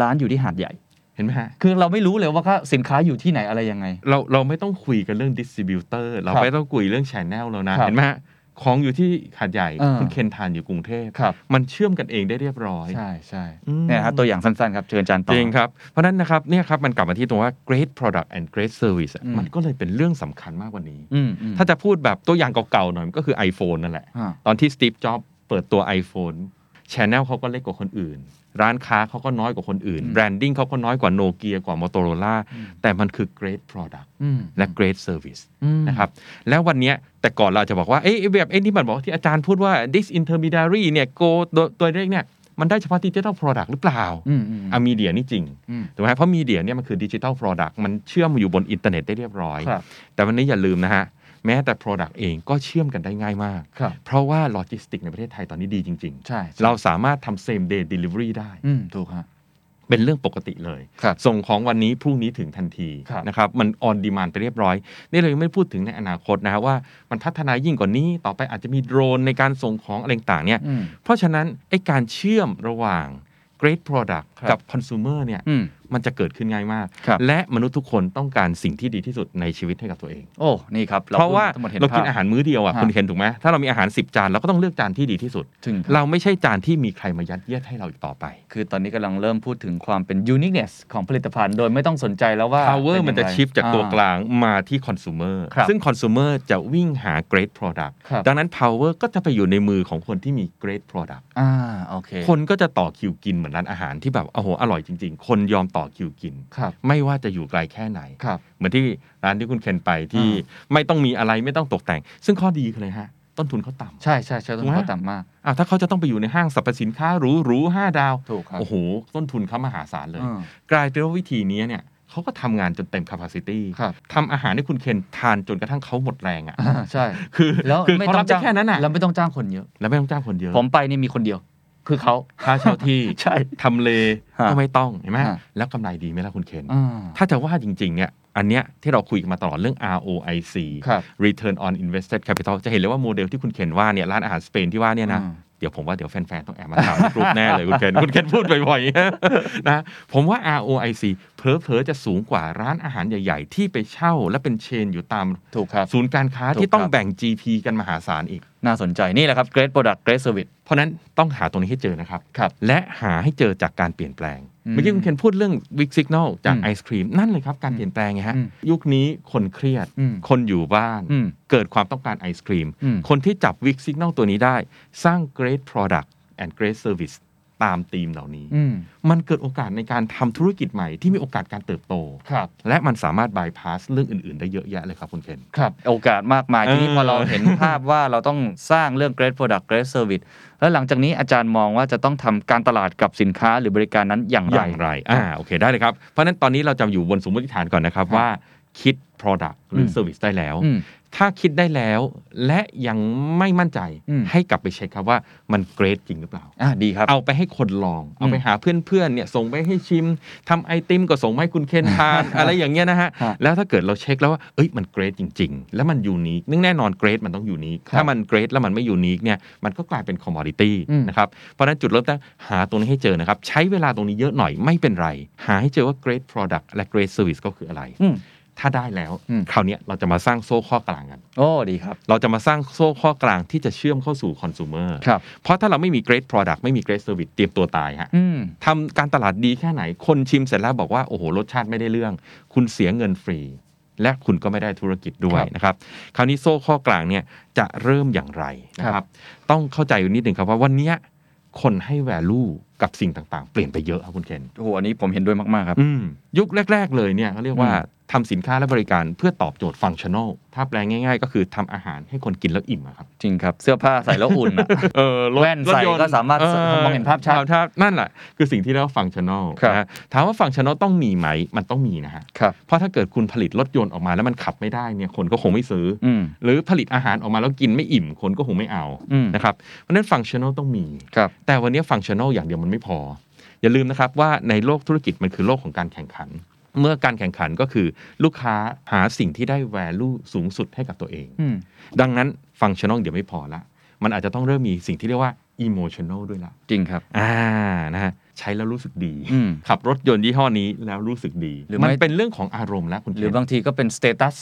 ร้านอยู่ที่หาดใหญ่
เห็นไหมฮะ
คือเราไม่รู้เลยว่าสินค้าอยู่ที่ไหนอะไรยังไง
เราเราไม่ต้องคุยกันเรื่องดิสติบิวเตอร์เรา
ครับ
ไม่ต้องคุยเรื่องแชนแนลแล้วนะ
ครับ
เห็นไหมฮะของอยู่ที่ขาดใหญ่
อ่า
คุณเคนทานอยู่กรุงเทพ
ครับ
มันเชื่อมกันเองได้เรียบร้อย
ใช่ใช่
อืม
เนี่ยฮะตัวอย่างสั้นๆครับเชิญอาจารย์ต่อ
จริงครับ เพราะฉะนั้นนะครับเนี่ยครับมันกลับมาที่ตรงว่า great product and great service อะ
อืม
มันก็เลยเป็นเรื่องสำคัญมากกว่านี้
อืมอืม
ถ้าจะพูดแบบตัวอย่างเก่าๆหน่อยมันก็คือ iPhone นั่นแหละ
อ่า
ตอนที่สตีฟจ็อบเปิดตัว iPhone ชแนลเขาก็เล็กกว่าคนอื่น ร้านค้าเขาก็น้อยกว่าคนอื่น
อืม
แบรนดิ้งเขาก็น้อยกว่าโนเกียกว่า Motorola แต่มันคือ great product
อืม
และ great service
อืม
นะครับแล้ววันเนี้ยแต่ก่อนเราจะบอกว่าเอ้ยแบบไอ้นี่มันบอกที่อาจารย์พูดว่า this intermediary เนี่ย go ตัวตัวเลขเนี่ยมันได้เฉพาะดิจิทัล product หรือเปล่า
อืมอืม
อ่ะมีเดียนี่จริง
อืม
ถูกไหมเพราะมีเดียเนี่ยมันคือดิจิทัล product มันเชื่อมอยู่บนอินเทอร์เน็ตได้เรียบร้อย
ครับ
แต่วันนี้อย่าลืมนะฮะ แม้แต่ product เองก็เชื่อมกันได้ง่ายมาก
ครับ
เพราะว่าโลจิสติกในประเทศไทยตอนนี้ดีจริง
ใช่ใช่
ๆ เราสามารถทำ same day delivery ได้
อืมถูกฮะ
เป็นเรื่องปกติเลย
ครับ
ส่งของวันนี้พรุ่งนี้ถึงทันที
ครับ
นะครับ มันออนดีมานไปเรียบร้อย นี่เรายังไม่ได้พูดถึงในอนาคตนะว่ามันพัฒนายิ่งกว่านี้ ต่อไปอาจจะมีโดรนในการส่งของอะไรต่างๆเนี่ย
อืม
เพราะฉะนั้นไอ้การเชื่อมระหว่าง great product
ครับ
กับ consumer เนี่ย
อืม
มันจะเกิดขึ้นง่ายมาก
ครับ
และมนุษย์ทุกคนต้องการสิ่งที่ดีที่สุดในชีวิตให้กับตัวเอง
โอ้ นี่ครับ
เพราะว่า
ทั้งหมดเห็น
เรากิน
ภพ
อาหารมื้อเดียวอ่ะ
ฮะ
คุณเห็นถูกไหมถ้าเรามีอาหาร 10 จานเราก็ต้องเลือกจานที่ดีที่สุด
ถึงครับ
เราไม่ใช่จานที่มีใครมายัดเยียดให้เราอีกต่อไป
คือตอนนี้กำลังเริ่มพูดถึงความเป็น uniqueness ของผลิตภัณฑ์โดยไม่ต้องสนใจแล้วว่า
power
เป็
มัน
น
จะ
ยังไง
ชิฟจากตัว
อ่
กลางมาที่ consumer
ครับ
ซึ่ง consumer จะวิ่งหา great product
ครับ
ดังนั้น power ก็จะไปอยู่ในมือของคนที่มี great product
อ่าโอเค
คนก็จะต่อคิวกินเหมือนร้านอาหารที่แบบโอ้โหอร่อยจริง ๆ คนยอมต่อคิวกิน
ครับ
ไม่ว่าจะอยู่ไกลแค่ไหน
ครับ
เหมือนที่ร้านที่คุณเคนไปที่ไม่ต้องมีอะไรไม่ต้องตกแต่ง ซึ่งข้อดีคืออะไรฮะ ต้นทุนเขาต่ำ
ใช่ใช่ใช่ต้
ถูก
น
ไหม
เขาต่ำมาก
อ่ะถ้าเขาจะต้องไปอยู่ในห้างสรรพสินค้าหรูหรูห้าดาว
ถูกครับ
โอ้โห ต้นทุนเขามหาศาลเลย
อ่า
กลายเป็นว่าวิธีนี้เนี่ยเขาก็ทำงานจนเต็ม capacity
ครับ
ทำอาหารให้คุณเคนทานจนกระทั่งเขาหมดแรงอ่ะ
อ่าใช่
คือ
แล้ว
คือ
ไม่
เขา
ต้อ
รั
ง
บได้
จ้าง
แค่นั้นอ่ะ
แล้วไม่ต้องจ้างคนเยอะ
แล้วไม่ต้องจ้างคนเยอะ
ผมไปนี่มีคนเดียว คือเขา
ค่าเช่าที่
ใช่
ทำเล
ฮะ
ก็ไม่ต้องเห็นไหม
ฮะ
แล้วกำไรดีไหมล่ะคุณเคน
อ่า
ถ้าจะว่าจริงๆเนี่ยอันเนี้ยที่เราคุยกันมาตลอดเรื่อง ROIC
ครับ
Return on Invested Capital จะเห็นเลยว่าโมเดลที่คุณเคนว่าเนี่ยร้านอาหารสเปนที่ว่าเนี่ยนะ
อืม
เดี๋ยวผมว่าเดี๋ยวแฟนๆ ต้องแอบมาถามในกรุ๊ปแน่เลยคุณเคน คุณเคนพู ดบ่อยๆ นะผมว่า ROIC เผลอๆ จะสูงกว่าร้านอาหารใหญ่ๆ ที่ไปเช่าและเป็นเชนอยู่ตาม
ถูกครับ
ศูนย์การค้า
ถูก
ที่ต้อง
ครับ
แบ่ง GP กันมหาศาลอีก
น่าสนใจนี่แหละครับ great product great service
เพราะนั้นต้องหาตรงนี้ให้เจอนะครับ
ครับ
และหาให้เจอจากการเปลี่ยนแปลง
อืม
เมื่อกี้คุณเคนพูดเรื่อง Big Signal จาก
อืม
ไอศครีม นั่นเลยครับ การเปลี่ยนแปลงไงฮะ
อืม
ยุคนี้คนเครียด
อืม
คนอยู่บ้าน
อืม
เกิดความต้องการไอศครีม
อืม
คนที่จับ Big Signal ตัวนี้ได้ สร้าง Great Product and Great Service ตามธีมเหล่านี้
อืม
มันเกิดโอกาสในการทำธุรกิจใหม่ที่มีโอกาสการเติบโต
ครับ
และมันสามารถบายพาสเรื่องอื่น ๆ ได้เยอะแยะเลยครับคุณเคน
ครับโอกาสมากมาย
เออ
ทีนี้พอเราเห็นภาพว่าเราต้องสร้างเรื่อง great product great service แล้วหลังจากนี้อาจารย์มองว่าจะต้องทำการตลาดกับสินค้าหรือบริการนั้นอย่าง
อ
ไร
ย่างไร อ่า โอเค ได้เลยครับ เพราะฉะนั้นตอนนี้เราจะอยู่บนสมมติฐานก่อนนะครับ ว่าคิด Product หรืออ
ม
Service ได้แล้ว
อืม
ถ้าคิดได้แล้วและยังไม่มั่นใจ
อืม
ให้กลับไปเช็คครับว่ามันเกรดจริงหรือเปล่า
อ่ะดีครับ
เอาไปให้คนลอง เอาไปหาเพื่อนๆ เนี่ยส่งไปให้ชิมทำไอติมก็ส่งมาให้คุณเคนทาน อะไรอย่างเงี้ยนะฮะ
ฮะ
แล้วถ้าเกิดเราเช็คแล้วว่า เอ้ย มันเกรดจริง ๆ แล้วมันยูนิคนึ่งแน่นอนเกรดมันต้องยูนิค
ครับ
ถ้ามันเกรดแล้วมันไม่ยูนิคเนี่ย มันก็กลายเป็นคอมมอดิตี้
อืม
นะครับ เพราะฉะนั้นจุดเริ่มต้นหาตรงนี้ให้เจอนะครับ ใช้เวลาตรงนี้เยอะหน่อยไม่เป็นไร หาให้เจอว่าเกรด Product และเกรด Service ก็คืออะไร
อืม
ถ้าได้แล้ว
อืม
คราวเนี้ยเราจะมาสร้างโซ่ข้อกลางกัน
โอ้ดีครับ
เราจะมาสร้างโซ่ข้อกลางที่จะเชื่อมเข้าสู่คอน sumer
ครับ
เพราะถ้าเราไม่มี great product ไม่มี great service เตรียมตัวตายฮะ
อืม
ทำการตลาดดีแค่ไหน คนชิมเสร็จแล้วบอกว่า โอ้โห รสชาติไม่ได้เรื่อง คุณเสียเงินฟรี และคุณก็ไม่ได้ธุรกิจด้วย
ครับ
นะครับ คราวนี้โซ่ข้อกลางเนี่ยจะเริ่มอย่างไรนะครับ ต้องเข้าใจอยู่นิดหนึ่งครับว่าวันเนี้ยคนให้ value กับสิ่งต่างๆ เปลี่ยนไปเยอะครับคุณเคน
โอ้โหอันนี้ผมเห็นด้วยมาก ๆ ครับ
อืมยุคแรก ๆ เลยเนี่ยเขาเรียกว่า
อืม
ทำสินค้าและบริการเพื่อตอบโจทย์ฟังชั่นอลถ้าแปลงง่าย ๆ ก็คือทำอาหารให้คนกินแล้วอิ่มอะครับ
จริงครับ เสื้อผ้าใส่แล้วอุ่น อะ
เออรถ
แว่นใส่
ถยต์
ก็สามารถมองเห็นภาพชัด
มองเห็นภาพนั่นแหละ คือสิ่งที่เรียกว่าฟังชั่นอล
ครับ
นะถามว่าฟังชั่นอลต้องมีไหม มันต้องมีนะฮะ
ครับ
เพราะถ้าเกิดคุณผลิตรถยนต์ออกมาแล้วมันขับไม่ได้เนี่ยคนก็คงไม่ซื้ออ
อืม
หรือผลิตอาหารออกมาแล้วกินไม่อิ่มคนก็คงไม่เอา
อืม
นะครับเพราะฉะนั้นฟังชั่นอลต้องมี
ครับ
แต่วันนี้ฟังชั่นอลอย่างเดียวมันไม่พอ อย่าลืมนะครับว่าในโลกธุรกิจมันคือโลกของการแข่งขัน เมื่อการแข่งขันก็คือลูกค้าหาสิ่งที่ได้ value สูงสุดให้กับตัวเอง
อืม
ดังนั้นฟังชั่นอลเดี๋ยวไม่พอละ มันอาจจะต้องเริ่มมีสิ่งที่เรียกว่า emotional ด้วยละ
จริงครับ
อ่านะฮะใช้แล้วรู้สึกดี
อืม
ขับรถยนต์ยี่ห้อนี้แล้วรู้สึกดี
หรือไม่
มันเป็นเรื่องของอารมณ์แล้วคุณ
หรือ
เคน
บางทีก็เป็นสเตตัส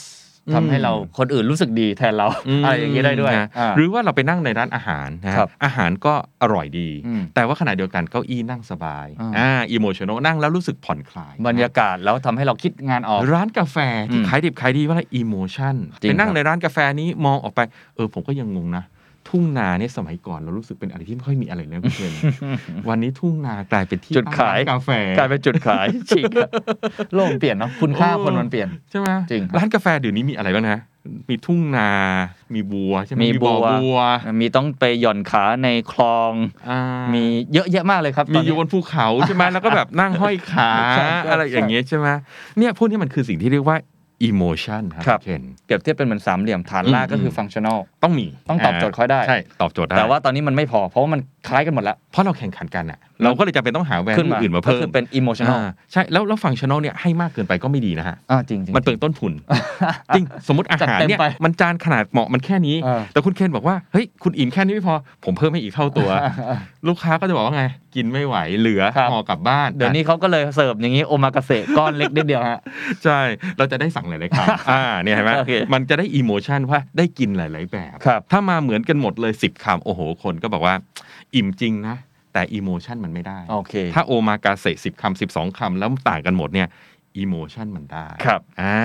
ทำให้เราคนอื่นรู้สึกดีแทนเรา
ม
อะไรอย่างนี้ได้ด้วย
นะ
อ่า
หรือว่าเราไปนั่งในร้านอาหารนะฮะ
ครับ
อาหารก็อร่อยดี
อืม
แต่ว่าขณะเดียวกันเก้าอี้นั่งสบาย
อ่า
อ่าอิโมชันอลนั่งแล้วรู้สึกผ่อนคลาย
บรรยากาศแล้วทำให้เราคิดงานออก
ร้านกาแฟที่
อืม
ขายดิบขายดีว่าอะไรอิโมชัน
จริง
ไปนั่ง
ครับ
ในร้านกาแฟนี้มองออกไป เออผมก็ยังงงนะ ทุ่งนาเนี่ยสมัยก่อนเรารู้สึกเป็นอะไรที่ไม่ค่อยมีอะไรเลยนะคุณเพื่อน วันนี้ทุ่งนากลายเป็นที่
จุดขาย
ตั้งร้นกาแฟ
กลายเป็นจุดขายจริงครับโลกมันเปลี่ยนเนาะคุณค่าคนมันเปลี่ยน
ใช่ไหม
จริงครับ
ร้านกาแฟเดี๋ยวนี้มีอะไรบ้างนะมีทุ่งนา มีบัวใช่ไหมบ่อบัว
มีต้องไปหย่อนขาในคลอง
อ่า
มีเยอะแยะมากเลยครับ
มี
ตน
อยู่
นี้
บนภูเขาใช่ไหม แล้วก็แบบนั่งห้อยขา
ใช่ใช่
อะไรอย่างเงี้ยใช่ไหมเนี่ยพวกนี้มันคือสิ่งที่เรียกว่า emotion ค
ครั
รับ บเช่น
เปรียบเทียบเป็นเหมือนสามเหลี่ยมฐานล่าง
อืม
ก็คือฟังชั่นอล
ต้องมี
ต้องตอบโจทย์เขาได้
ใช่ ตอบโจทย์ได้
แต่ว่าตอนนี้มันไม่พอเพราะว่ามันคล้ายกันหมดแล้ว
เพราะเราแข่งขันกันอะเราก็เลยจำเป็นต้องหาแวร์
ขึ้นมา
อื่นมา
ก็
เพิ่ม
คือเป็นอิโมชั่นอล
อ่าใช่แล้วแล้วฟังชั่นอลเนี่ยให้มากเกินไปก็ไม่ดีนะฮะ
อ่าจริงจริง
มันเปลืองต้นทุน จริง สมมติอาหารเนี่ย
จัดเต็มไป
มันจานขนาดเหมาะมันแค่นี้
อ่า
แต่คุณเคนบอกว่า เฮ้ย คุณอิ่มแค่นี้ไม่พอ ผมเพิ่มให้อีกเท่า ตัว ลูกค้าก็จะบอกว่าไง กินไม่ไหว เหลือห่อกลับบ้าน
เดี๋ยวนี้เขาก็เลยเสิร์ฟอย่างนี้โอมากาเสะก้อนเล็กนิดเดียวฮะ
ใช่ เราจะได้สั่งหลายๆคำ อ่า เนี่ยเห็นไหม
โอเค
มันจะได้อิโมชันว่าได้กินหลาย ๆ แบบ
ครับ
ถ้ามาเหมือนกันหมดเลย 10คำโอ้โห คนก็บอกว่า อิ่มจริงนะ แต่อิโมชันมันไม่ได้
โอเค
ถ้าโอมากาเสะสิบคำสิบสองคำแล้วต่างกันหมดเนี่ยอิโมชันมันได้
ครับ
อ่า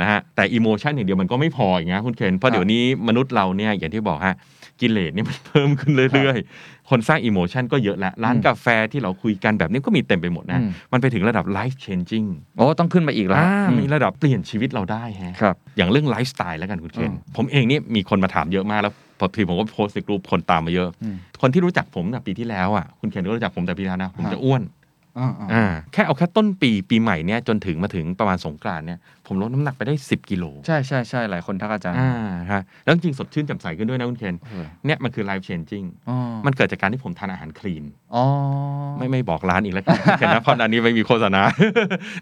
นะฮะ แต่อิโมชันอย่างเดียวมันก็ไม่พออย่างเงี้ยคุณเคน เพ
ครั
ราะ
บ
เดี๋ยวนี้มนุษย์เราเนี่ยอย่างที่บอกฮะ กิเลสเนี่ยมันเพิ่มขึ้นเรื่อยๆ คนสร้างอิโมชันก็เยอะละ ร้านกาแฟที่เราคุยกันแบบนี้ก็มีเต็มไปหมดนะ
อืม
มันไปถึงระดับ life changing
โอ้ต้องขึ้นมาอีกแล้ว
อ่า
อืม
มีระดับเปลี่ยนชีวิตเราได้ฮะ
ครับ
อย่างเรื่องไลฟ์สไตล์แล้วกันคุณเคน
อืม
ผมเองนี่มีคนมาถามเยอะมากแล้วพอทีผมก็โพสต์ในกลุ่มคนตามมาเยอะ
อืม
คนที่รู้จักผมแต่ปีที่แล้วอ่ะคุณเคนก็รู้จักผมแต่ปีที่แล้วนะ ผม
ฮะ
จะอ้วน
อ่าอ่า
อ่าแค่เอาแค่ต้นปีปีใหม่เนี่ยจนถึงมาถึงประมาณสงกรานต์เนี่ยผมลดน้ำหนักไปได้ 10 กิโล
ใช่ใช่ใช่หลายคนทักอาจารย์
อ่าฮะแล้วจริงๆสดชื่นแจ่มใสขึ้นด้วยนะคุณเคน
เออ
เนี่ยมันคือไลฟ์เชนจิ้ง
อ๋อ
มันเกิดจากการที่ผมทานอาหารคลีน
อ๋อ
ไม่ไม่บอก ร้านอีกแล้วกัน เห็นนะเพราะอันนี้ไม่มีโฆษณา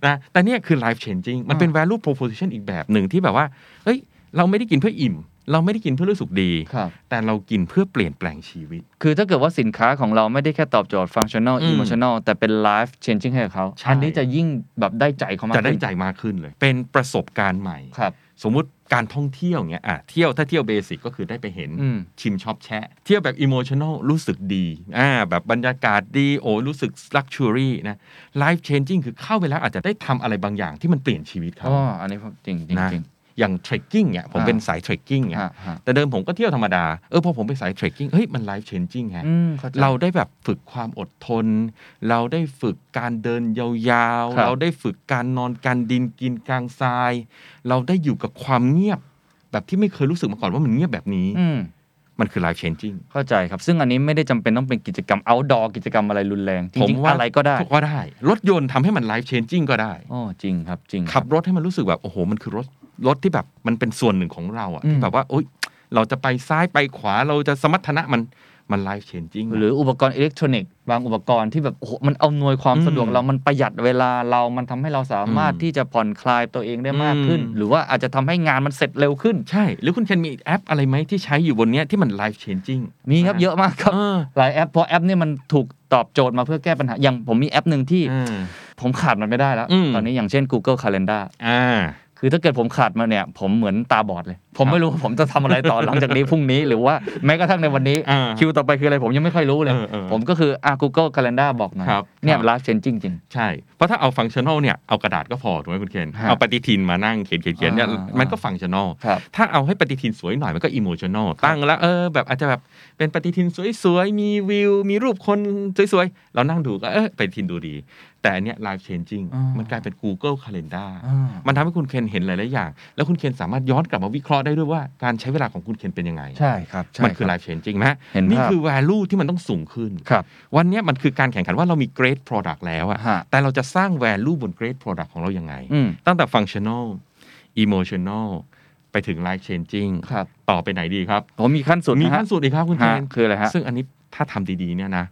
นะแต่เนี่ยคือ life changing มันเป็น value proposition อีกแบบหนึ่งที่แบบว่าเฮ้ยเราไม่ได้กินเพื่ออิ่ม เราไม่ได้กินเพื่อรู้สึกดี
ครับ
แต่เรากินเพื่อเปลี่ยนแปลงชีวิต
คือถ้าเกิดว่าสินค้าของเราไม่ได้แค่ตอบโจทย์ functional
อืม
emotional แต่เป็น life changing ให้กับเขา
ใช่
อันนี้จะยิ่งแบบได้ใจเขามาก
จะได้
ขึ้น
ใจมากขึ้นเลย เป็นประสบการณ์ใหม่
ครับ
สมมุติการท่องเที่ยวเงี้ยอ่ะเที่ยวถ้าเที่ยวเบสิกก็คือได้ไปเห็น
อืม
ชิมช็อปแชะ เที่ยวแบบอิโมชัน a ลรู้สึกดีอ่าแบบบรรยากาศดีโอ้รู้สึกลักชัวรี่นะ life changing คือเข้าไปแล้วอาจจะได้ทำอะไรบางอย่างที่มันเปลี่ยนชีวิต
อ๋
เขา
ออันนี้ผมจริงจริง
นะ
จริง
อย่างเทรคกิ้งเนี่ยผม
อ่า
เป็นสายเทรคกิ้งเนี่ย
ฮะฮะ
แต่เดิมผมก็เที่ยวธรรมดา เออพอผมไปสายเทรคกิ้งเฮ้ยมันไลฟ์เชนจิ้งฮะ
อืมเข้าใจ
เราได้แบบฝึกความอดทน เราได้ฝึกการเดินยาว
ครั
ๆ
บ
เราได้ฝึกการนอนการดินกินกลางทราย เราได้อยู่กับความเงียบ แบบที่ไม่เคยรู้สึกมาก่อนว่ามันเงียบแบบนี้
อืม
มันคือไลฟ์เชนจิ้ง
เข้าใจครับ ซึ่งอันนี้ไม่ได้จำเป็นต้องเป็นกิจกรรม outdoor กิจกรรมอะไรรุนแรง จ
ผม
ริงๆ
ว่า
อะไรก็ได้
ก็ได้ รถยนต์ทำให้มันไลฟ์เชนจิ้งก็ได้
อ๋อจริงครับจริงค
ขั
รับ
บรถให้มันรู้สึกแบบ โอ้โห มันคือรถรถที่แบบมันเป็นส่วนหนึ่งของเราอะ
อืม
ที่แบบว่าโอ๊ยเราจะไปซ้ายไปขวาเราจะสมรรถนะมันมันไลฟ์เชนจิ้ง
หรืออุปกรณ์อิเล็กทรอนิกส์บางอุปกรณ์ที่แบบโอ้โหมันอำนวยความ
อืม
สะดวกเรามันประหยัดเวลาเรามันทำให้เราสามารถ
อืม
ที่จะผ่อนคลายตัวเองได้มากขึ้น
อืม
หรือว่าอาจจะทำให้งานมันเสร็จเร็วขึ้น
ใช่ หรือคุณเคนมีแอปอะไรไหมที่ใช้อยู่บนเนี้ยที่มันไลฟ์เชนจิ้ง
มีครับเยอะมากครับ
เออ
หลายแอปเพราะแอปเนี่ยมันถูกตอบโจทย์มาเพื่อแก้ปัญหาอย่างผมมีแอปหนึ่งที่
อ่า
ผมขาดมันไม่ได้แล้ว
อืม
ตอนนี้อย่างเช่น Google Calendar
อ่า
คือถ้าเกิดผมขาดมาเนี่ย ผมเหมือนตาบอดเลย ผมไม่รู้ว่าผมจะทำอะไรต่อ หลังจากนี้พรุ่งนี้หรือว่าแม้กระทั่งในวันนี้
อ่า
คิวต่อไปคืออะไรผมยังไม่ค่อยรู้เลย
เออเออ
ผมก็คืออ่ะ Google Calendar บอกหน่อย
ครับ
เนี่ย
ครับ
ไลฟ์เชนจริงจริง
ใช่ เพราะถ้าเอาฟังชั่นอลเนี่ยเอากระดาษก็พอถูกไหมคุณเคน
ฮะ
เอาปฏิทินมานั่งเขียนเขียนเขียนเนี่ย
อ่ามั
มันก็ฟังชั่นอล
ครับ
ถ้าเอาให้ปฏิทินสวยหน่อยมันก็อิโมชั่นอลตั้งแล้วเออแบบอาจจะแบบเป็นปฏิทินสวยๆ มีวิว มีรูปคนสวยๆ เรานั่งดูก็เออปฏิทินดูดี แต่อันเนี้ย life changing
อ่ามั
มันกลายเป็น Google Calendar
อ่า
มันทำให้คุณเคนเห็นหลายๆอย่าง แล้วคุณเคนสามารถย้อนกลับมาวิเคราะห์ได้ด้วยว่าการใช้เวลาของคุณเคนเป็นยังไง
ใช่ครับใช่
มันคือ
รับ
life changing ไหม
เห็นภาพ
นี่คือ value ที่มันต้องสูงขึ้น
ครับ
วันเนี้ยมันคือการแข่งขันว่าเรามี great product แล้วอะ
ฮะ
แต่เราจะสร้าง value บน great product ของเรายังไง
อืม
ตั้งแต่ functional emotional ไปถึง life changing
ครับ
ต่อไปไหนดีครับ
ผมมีขั้นสุ
มี
ดะฮะ
ขั้นสุดอีกครับคุณเคน
ฮะคืออะไรฮะ
ซึ่งอันนี้ถ้าทำดี ๆ เนี่ยนะ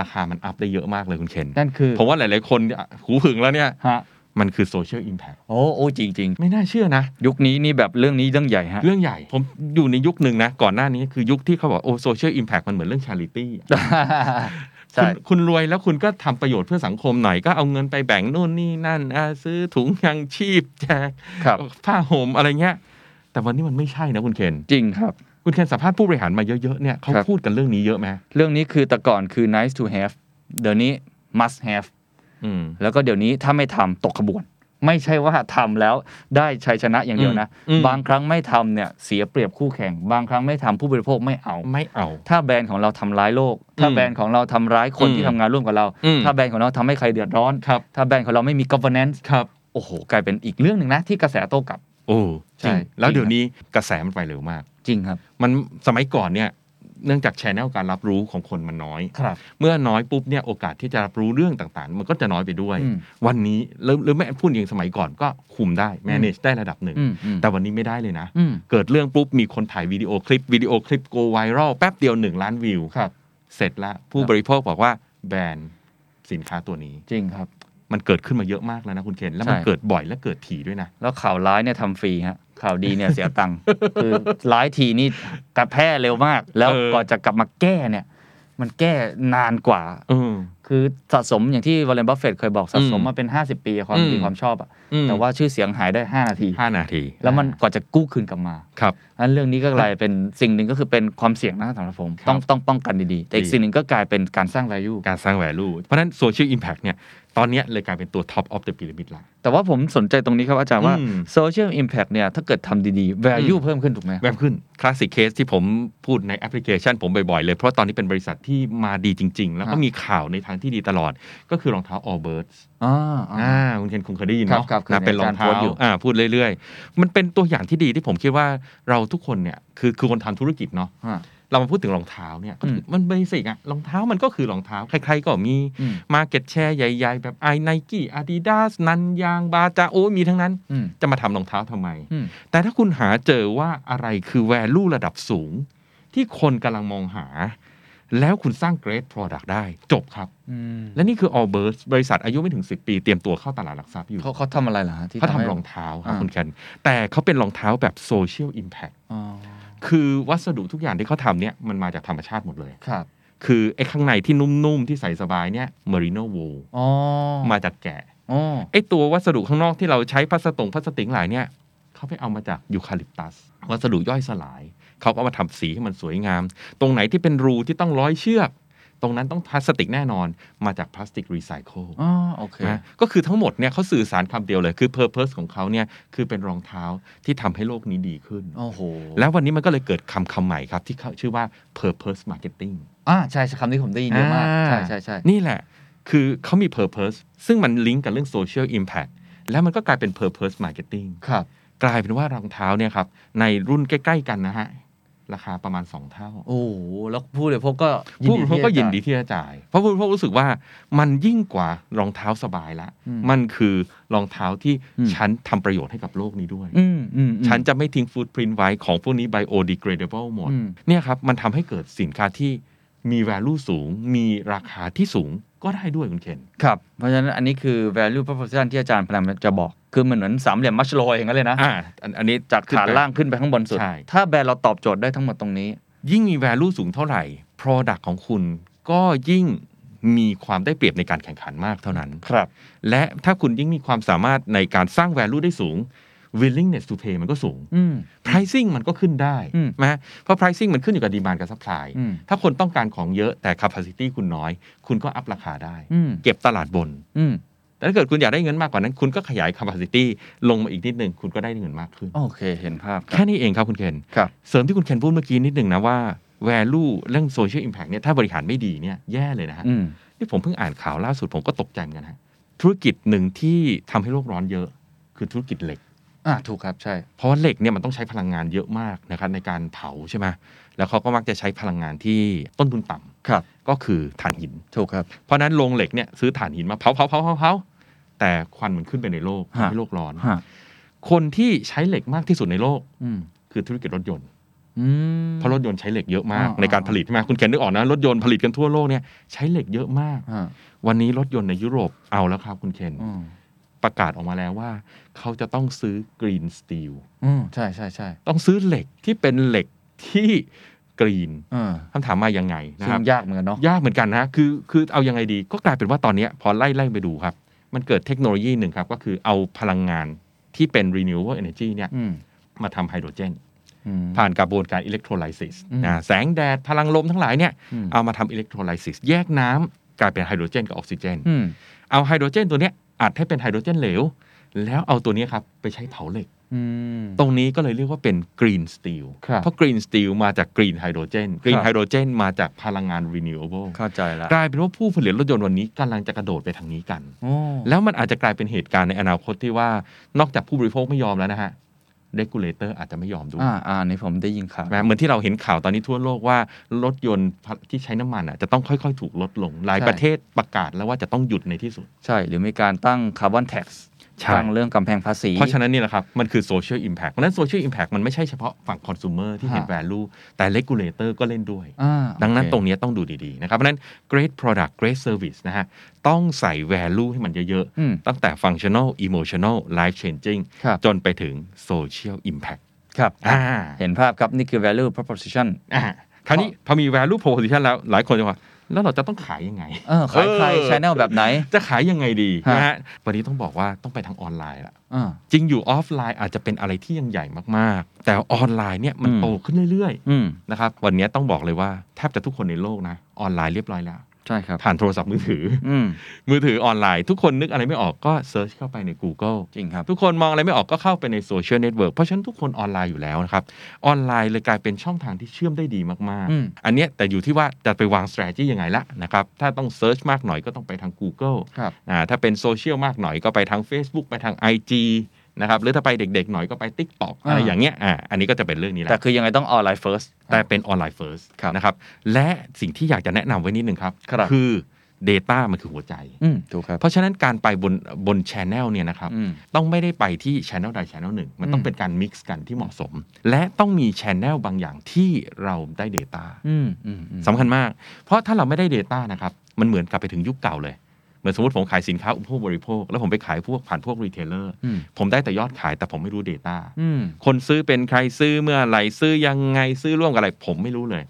ราคามันอัพได้เยอะมากเลยคุณเคน
นั่นคือ
ผมว่าหลาย ๆ คนหูผึ่งแล้วเนี่ย
ฮะ
มันคือโซเชียลอิมแพค
โอ้โอ้จริง
ไม่น่าเชื่อนะ
ๆ ยุคนี้นี่แบบเรื่องนี้เรื่องใหญ่ฮะ
เรื่องใหญ่ ผมอยู่ในยุคหนึ่งนะ ก่อนหน้านี้คือยุคที่เขาบอกโอ้โซเชียลอิมแพคมันเหมือนเรื่องชาริตี้
ใช่
คุณคุณรวยแล้วคุณก็ทำประโยชน์เพื่อสังคมหน่อยก็เอาเงินไปแบ่งนู่นนี่นั่นอ่ะซื้อถุงยังชีพแจก
ครับ
ผ้าห่มอะไรเงี้ย แต่วันนี้มันไม่ใช่นะคุณเคน
จริงครับ
คุณเคนสัมภาษณ์ผู้บริหารมาเยอะๆเนี่ยเขา
ครับ
พูดกันเรื่องนี้เยอะไหม
เรื่องนี้คือแต่ก่อนคือ nice to have เดี๋ยวนี้ must have
อืม
แล้วก็เดี๋ยวนี้ถ้าไม่ทำตกขบวน ไม่ใช่ว่าทำแล้วได้ชัยชนะอย่างเดียวนะ
อืม
บางครั้งไม่ทำเนี่ยเสียเปรียบคู่แข่ง บางครั้งไม่ทำผู้บริโภคไม่เอา
ไม่เอา
ถ้าแบรนด์ของเราทำร้ายโลก ถ้า
อืม
แบรนด์ของเราทำร้ายคน
อืม
ที่ทำงานร่วมกับเรา
อืม
ถ้าแบรนด์ของเราทำให้ใครเดือดร้อน
ครับ
ถ้าแบรนด์ของเราไม่มี governance
ครับ
โอ้โห กลายเป็นอีกเรื่องหนึ่งนะ ที่กระแสโต้กลับ
โอ้จ
ใช่
ริงแล้ว
จริง
เดี๋ยวนี้กระแสมันไปเร็วมาก
จริงครับ
มันสมัยก่อนเนี่ยเนื่องจากชแนลการรับรู้ของคนมันน้อย
ครับ
เมื่อน้อยปุ๊บเนี่ยโอกาสที่จะรับรู้เรื่องต่างๆ มันก็จะน้อยไปด้วย
อืม
วันนี้หรือหรือแม้พูดอย่างสมัยก่อนก็คุมได้ manage ได้ระดับหนึ่ง
อืมอืม
แต่วันนี้ไม่ได้เลยนะ
อืม
เกิดเรื่องปุ๊บ มีคนถ่ายวิดีโอคลิปวิดีโอคลิป go viral แป๊บเดียว 1 ล้านวิว
ครับ
เสร็จละผู้
ครับ
บริโภคบอกว่าแบนสินค้าตัวนี้
จริงครับ
มันเกิดขึ้นมาเยอะมากแล้วนะคุณเคนแล้วมัน
ใช่
เกิดบ่อยและเกิดถี่ด้วยนะ
แล้วข่าวร้ายเนี่ยทำฟรีฮะ ข่าวดีเนี่ยเสียตังค์ คือร้ายทีนี่กระแพร่เร็วมาก แล้ว
เออ
ก่อนจะกลับมาแก้เนี่ย มันแก้นานกว่า
เออ
คือสะสมอย่างที่วอลเลนบัฟเฟตเคยบอกสะสม
อืม
มาเป็น 50 ปีอะความ
อืม
ดีความชอบอะ
อืม
แต่ว่าชื่อเสียงหายได้ 5 นาที
ห้านาที
แล้วมันกว่อนจะกู้คืนกลับมา
ครับ
อันเรื่องนี้ก็กลายเป็นสิ่งหนึ่งก็คือเป็นความเสี่ยงนะสำหรับผม
ครับ
ต้องต้องป้องกันดีๆ แต่อี
ดี
กสิ่งหนึ่งก็กลายเป็นการสร้าง value
การสร้าง value เพราะฉะนั้น social impact เนี่ยตอนเนี้ยเลยกลายเป็นตัว top of the pyramid ละ
แต่ว่าผมสนใจตรงนี้ครับอาจารย์ว่า
อืม
social impact เนี่ยถ้าเกิดทำดีๆ value เพิ่มขึ้นถูกไหม
แวบขึ้นคลาสสิกเคสที่ผมพูดในแอปพลิเคชันผมบ่อย ๆ เลย เพราะตอนนี้เป็นบริษัทที่มาดีจริง ๆ แล้วก็
ฮะ
มีข่าวในทางที่ดีตลอด ก็คือรองเท้า Allbirds
อ่า
อ่า
อ่า
คุณเคนคงเคยได้ยิน
ครับ
เนาะ
ครับเคย
นะ
เห็น
เป็นรองเท้า
อาจารย์โพสต์อยู่
อ่าพูดเรื่อย ๆ มันเป็นตัวอย่างที่ดีที่ผมคิดว่าเราทุกคนเนี่ยคือคือคนทำธุรกิจเนาะ
ฮะ
เรามาพูดถึงรองเท้าเนี่ยก็
อืม
มันเบสิกอะรองเท้ามันก็คือรองเท้าใคร ๆ ก็มี
อืม
มาเก็ตแชร์ใหญ่ ๆ แบบไอไนกี้อาดิดาสนันยางบาจาโอ้ยมีทั้งนั้น
อืม
จะมาทำรองเท้าทำไม
อืม
แต่ถ้าคุณหาเจอว่าอะไรคือ value ระดับสูง ที่คนกำลังมองหา แล้วคุณสร้าง great product ได้ จบครับ และนี่คือ All Birds บริษัทอายุไม่ถึง 10 ปีเตรียมตัวเข้าตลาดหลักทรัพย์อยู่
เขาเขาทำอะไรล่ะฮะที่
เขา
ให้
ทำรองเท้าครับ
อ่า
คุณแคนแต่เขาเป็นรองเท้าแบบ social impact
อ๋อ
คือวัสดุทุกอย่างที่เขาทำเนี่ยมันมาจากธรรมชาติหมดเลย
ครับ
คือไอ้ข้างในที่นุ่มๆ ที่ใส่สบายเนี่ยม e r i n o wool
อ๋อ
มาจากแกะ
อ๋อ
ไอ้ตัววัสดุข้างนอกที่เราใช้พลาสติกพลาสติกหลายเนี่ยเขาไปเอามาจากยูคาลิปตัส วัสดุย่อยสลาย เขาก็เอามาทำสีให้มันสวยงาม ตรงไหนที่เป็นรูที่ต้องร้อยเชือก ตรงนั้นต้องพลาสติกแน่นอนมาจากพลาสติกรีไซเคิล
อ๋อโอเค
นะก็คือทั้งหมดเนี่ยเขาสื่อสารคำเดียวเลย คือ Purpose ของเขาเนี่ยคือเป็นรองเท้าที่ทำให้โลกนี้ดีขึ้น
โอ้โห
แล้ววันนี้มันก็เลยเกิดคำคำใหม่ครับ ที่เขาชื่อว่า Purpose Marketing
อ่าใช่ใช่คำนี้ผมได้ยินเยอะมาก
อ่า
ใช่ใช่ใช่
นี่แหละ คือเขามี Purpose ซึ่งมันลิงก์กับเรื่อง Social Impact แล้วมันก็กลายเป็น Purpose Marketing
ครับ
กลายเป็นว่ารองเท้าเนี่ยครับ ในรุ่นใกล้ ๆ กันนะฮะ ราคาประมาณ 2 เท่า
โอ้โหแล้วผู้บริโภคก็ยิน
ผู้บ
ดี
ริโภค
ที่จะ
ก็ยินดี
จ่า
ที่จะจ่าย เพราะผู้บริโภครู้สึกว่ามันยิ่งกว่ารองเท้าสบายละ
อืม
มันคือรองเท้าที่
อืม
ฉันทำประโยชน์ให้กับโลกนี้ด้วย
อืมอืมอืม
ฉันจะไม่ทิ้งฟูดพรินไว้ของพวกนี้ biodegradable หมด
อืม
เนี่ยครับ มันทำให้เกิดสินค้าที่มี value สูง มีราคาที่สูงก็ได้ด้วยคุณเคน
ครับ เพราะฉะนั้นอันนี้คือ value proposition ที่อาจารย์พยายามจะบอก คือมันเหมือนสามเหลี่ยมมัชโลยอย่างนั้นเลยนะ
อ่าอันอันนี้
จาก
ขึ้น
ฐาน
ไป
ล่างขึ้นไปข้างบนสุด
ใช่
ถ้าแบรนด์เราตอบโจทย์ได้ทั้งหมดตรงนี้
ยิ่งมี value สูงเท่าไหร่ product ของคุณก็ยิ่งมีความได้เปรียบในการแข่งขันมากเท่านั้น
ครับ
และถ้าคุณยิ่งมีความสามารถในการสร้าง value ได้สูง willingness to pay มันก็สูง
อืม
pricing มันก็ขึ้นได้
อืม
นะเพราะ pricing มันขึ้นอยู่กับ demand กับ supply
อืม
ถ้าคนต้องการของเยอะแต่ capacity คุณน้อย คุณก็อัพราคาได้
อืม
เก็บตลาดบน
อืม
แต่ถ้าเกิดคุณอยากได้เงินมากกว่านั้น คุณก็ขยาย capacity ลงมาอีกนิดหนึ่งคุณก็ได้เงินมากขึ้น
โอเคเห็นภาพครับ
แค่นี้เองครับคุณเคน
ครับ
เสริมที่คุณเคนพูดเมื่อกี้นิดหนึ่งนะว่า value เรื่อง social impact เนี่ยถ้าบริหารไม่ดีเนี่ยแย่เลยนะฮะ
อืม
นี่ผมเพิ่งอ่านข่าวล่าสุดผมก็ตกใจเหมือนกันฮะ ธุรกิจหนึ่งที่ทำให้โลกร้อนเยอะ คือธุรกิจเหล็ก
อ่าถูกครับใช่
เพราะว่าเหล็กเนี่ยมันต้องใช้พลังงานเยอะมากนะครับในการเผาใช่ไหมแล้วเขาก็มักจะใช้พลังงานที่ต้นทุนต่ำ
ครับ
ก็คือถ่านหิน
ถูกครับ
เพราะฉะนั้นโรงเหล็กเนี่ยซื้อถ่านหินมาเผาเผาเผาเผาเผาแต่ควันมันขึ้นไปในโลก
ฮะ
ทำให้โลกร้อน
ฮะ
คนที่ใช้เหล็กมากที่สุดในโลก
อืม
คือธุรกิจรถยนต์
อืม
เพราะรถยนต์ใช้เหล็กเยอะมาก
อ่า
ในการผลิตใช่ไหมคุณเคนนึกออกนะรถยนต์ผลิตกันทั่วโลกเนี่ยใช้เหล็กเยอะมาก
อ่า
วันนี้รถยนต์ในยุโรปเอาแล้วครับคุณเคน
อืม
ประกาศออกมาแล้วว่า เขาจะต้องซื้อกรีนสตีล
อืมใช่ใช่ใช่
ต้องซื้อเหล็กที่เป็นเหล็กที่กรีน
เออ
คำถามมายังไงนะค
ซึ่ง
รับ
ยากเหมือนกันเนาะ
ยากเหมือนกันนะ คือ คือเอายังไงดี ก็กลายเป็นว่าตอนเนี้ยพอไล่ไล่ไปดูครับ มันเกิดเทคโนโลยีหนึ่งครับ ก็คือเอาพลังงานที่เป็น renewable energy เนี่ย
อืม
มาทำไฮโดรเจน
อืม
ผ่านกระบวนการอิเล็กโทรไลซิส
อืม
นะ แสงแดด พลังลมทั้งหลายเนี่ย
อืม
เอามาทำอิเล็กโทรไลซิส แยกน้ำกลายเป็นไฮโดรเจนกับออกซิเจน
อืม
เอาไฮโดรเจนตัวเนี้ยอัดให้เป็นไฮโดรเจนเหลว แล้วเอาตัวเนี้ยครับไปใช้เผาเหล็ก
อืม
ตรงนี้ก็เลยเรียกว่าเป็นกรีนสตีล
ครับ
เพราะกรีนสตีลมาจากกรีนไฮโดรเจน กรี
คน รับ
ไฮโดรเจนมาจากพลังงาน renewable
เข้าใจละ
กลายเป็นว่าผู้ผลิตรถยนต์วันนี้กำลังจะกระโดดไปทางนี้กัน
โอ้
แล้วมันอาจจะกลายเป็นเหตุการณ์ในอนาคตที่ว่านอกจากผู้บริโภคไม่ยอมแล้วนะฮะเรกูเลเตอร์อาจจะไม่ยอมด้วย
อ่าอ่าในผมได้ยินข่าว
นะเหมือนที่เราเห็นข่าวตอนนี้ทั่วโลกว่ารถยนต์ที่ใช้น้ำมันอ่ะจะต้องค่อยๆ ถูกลดลง หลายประเทศประกาศแล้วว่าจะต้องหยุดในที่สุด
ใช่หรือมีการตั้งคาร์บอนแท็กซ์
ใช่
ตั้งเรื่องกำแพงภาษี
เพราะฉะนั้นนี่แหละครับ มันคือโซเชียลอิมแพ t เพราะฉะนั้นโซเชียลอิมแพ t มันไม่ใช่เฉพาะฝั่งคอน sumer ที่เห็น
ฮะ
แวลูแต่เรกูเลเตอร์ก็เล่นด้วย
อ่าโอเค
ดังนั้นตรงเนี้ยต้องดูดีๆนะครับเพราะฉะนั้น great product great service นะฮะต้องใส่ value ให้มันเยอะ
อืม
ตั้งแต่ functional emotional life changing
ครับ
จนไปถึง social impact
ครับ
อ่า
เห็นภาพครับ นี่คือ value proposition
อ่าคราวนี้พอมี value proposition แล้วหลายคนจะว่า แล้วเราจะต้องขายยังไง
เออขายใคร
เออ
channel แบบไหน
จะขายยังไงดี
ฮะ
นะฮะวันนี้ต้องบอกว่าต้องไปทางออนไลน์ละ
อ่า
จริงอยู่ออฟไลน์อาจจะเป็นอะไรที่ยังใหญ่มากๆ แต่ออนไลน์เนี่ยมัน
อืม
โตขึ้นเรื่อย
อืม
ๆนะครับวันนี้ต้องบอกเลยว่าแทบจะทุกคนในโลกนะออนไลน์เรียบร้อยแล้ว
ใช่ครับ
ผ่านโทรศัพท์มือ ถือ
อืม
มือถือออนไลน์ทุกคนนึกอะไรไม่ออกก็เซิร์ชเข้าไปใน Google
จริงครับ
ทุกคนมองอะไรไม่ออกก็เข้าไปในโซเชียลเน็ตเวิร์กเพราะฉะนั้นทุกคนออนไลน์อยู่แล้วนะครับ ออนไลน์เลยกลายเป็นช่องทางที่เชื่อมได้ดีมาก
อืม
ๆ อันเนี้ยแต่อยู่ที่ว่าจะไปวาง s t r a t e g y ยังไงละนะครับ ถ้าต้องเซิร์ชมากหน่อยก็ต้องไปทาง Google
ครับ
อ่าถ้าเป็นโซเชียลมากหน่อยก็ไปทาง Facebook ไปทาง IG นะครับหรือถ้าไปเด็ก ๆ หน่อยก็ไป Tik t o k อะไร
อ่า
อย่างเงี้ยอ่าอันนี้ก็จะเป็นเรื่องนี้แหละ
แต่คือยังไงต้องออนไลน์ first
แต่เป็นออนไลน์ first
ครับ
นะครับและสิ่งที่อยากจะแนะนำไว้นิดนึงครับ
ครับ
คือ Data มันคือหัวใจ
อืม ถูกครับ
เพราะฉะนั้นการไปบนบน channel เนี่ยนะครับ
อืม
ต้องไม่ได้ไปที่ช anel ใดช anel หนึ่ง มันต้อง
อืม
เป็นการมิกซ์กันที่เหมาะสม และต้องมีช anel บางอย่างที่เราได้ Data
อืมอืมอืม
สำคัญมาก เพราะถ้าเราไม่ได้ Data นะครับ มันเหมือนกลับไปถึงยุคเก่าเลย เหมือนสมมติผมขายสินค้าอุปโภคบริโภค แล้วผมไปขายพวกผ่านพวกรีเทลเลอร์
อืม
ผมได้แต่ยอดขายแต่ผมไม่รู้ Data
อืม
คนซื้อเป็นใครซื้อเมื่อไหร่ซื้อยังไงซื้อร่วมกับอะไร ผมไม่รู้เลย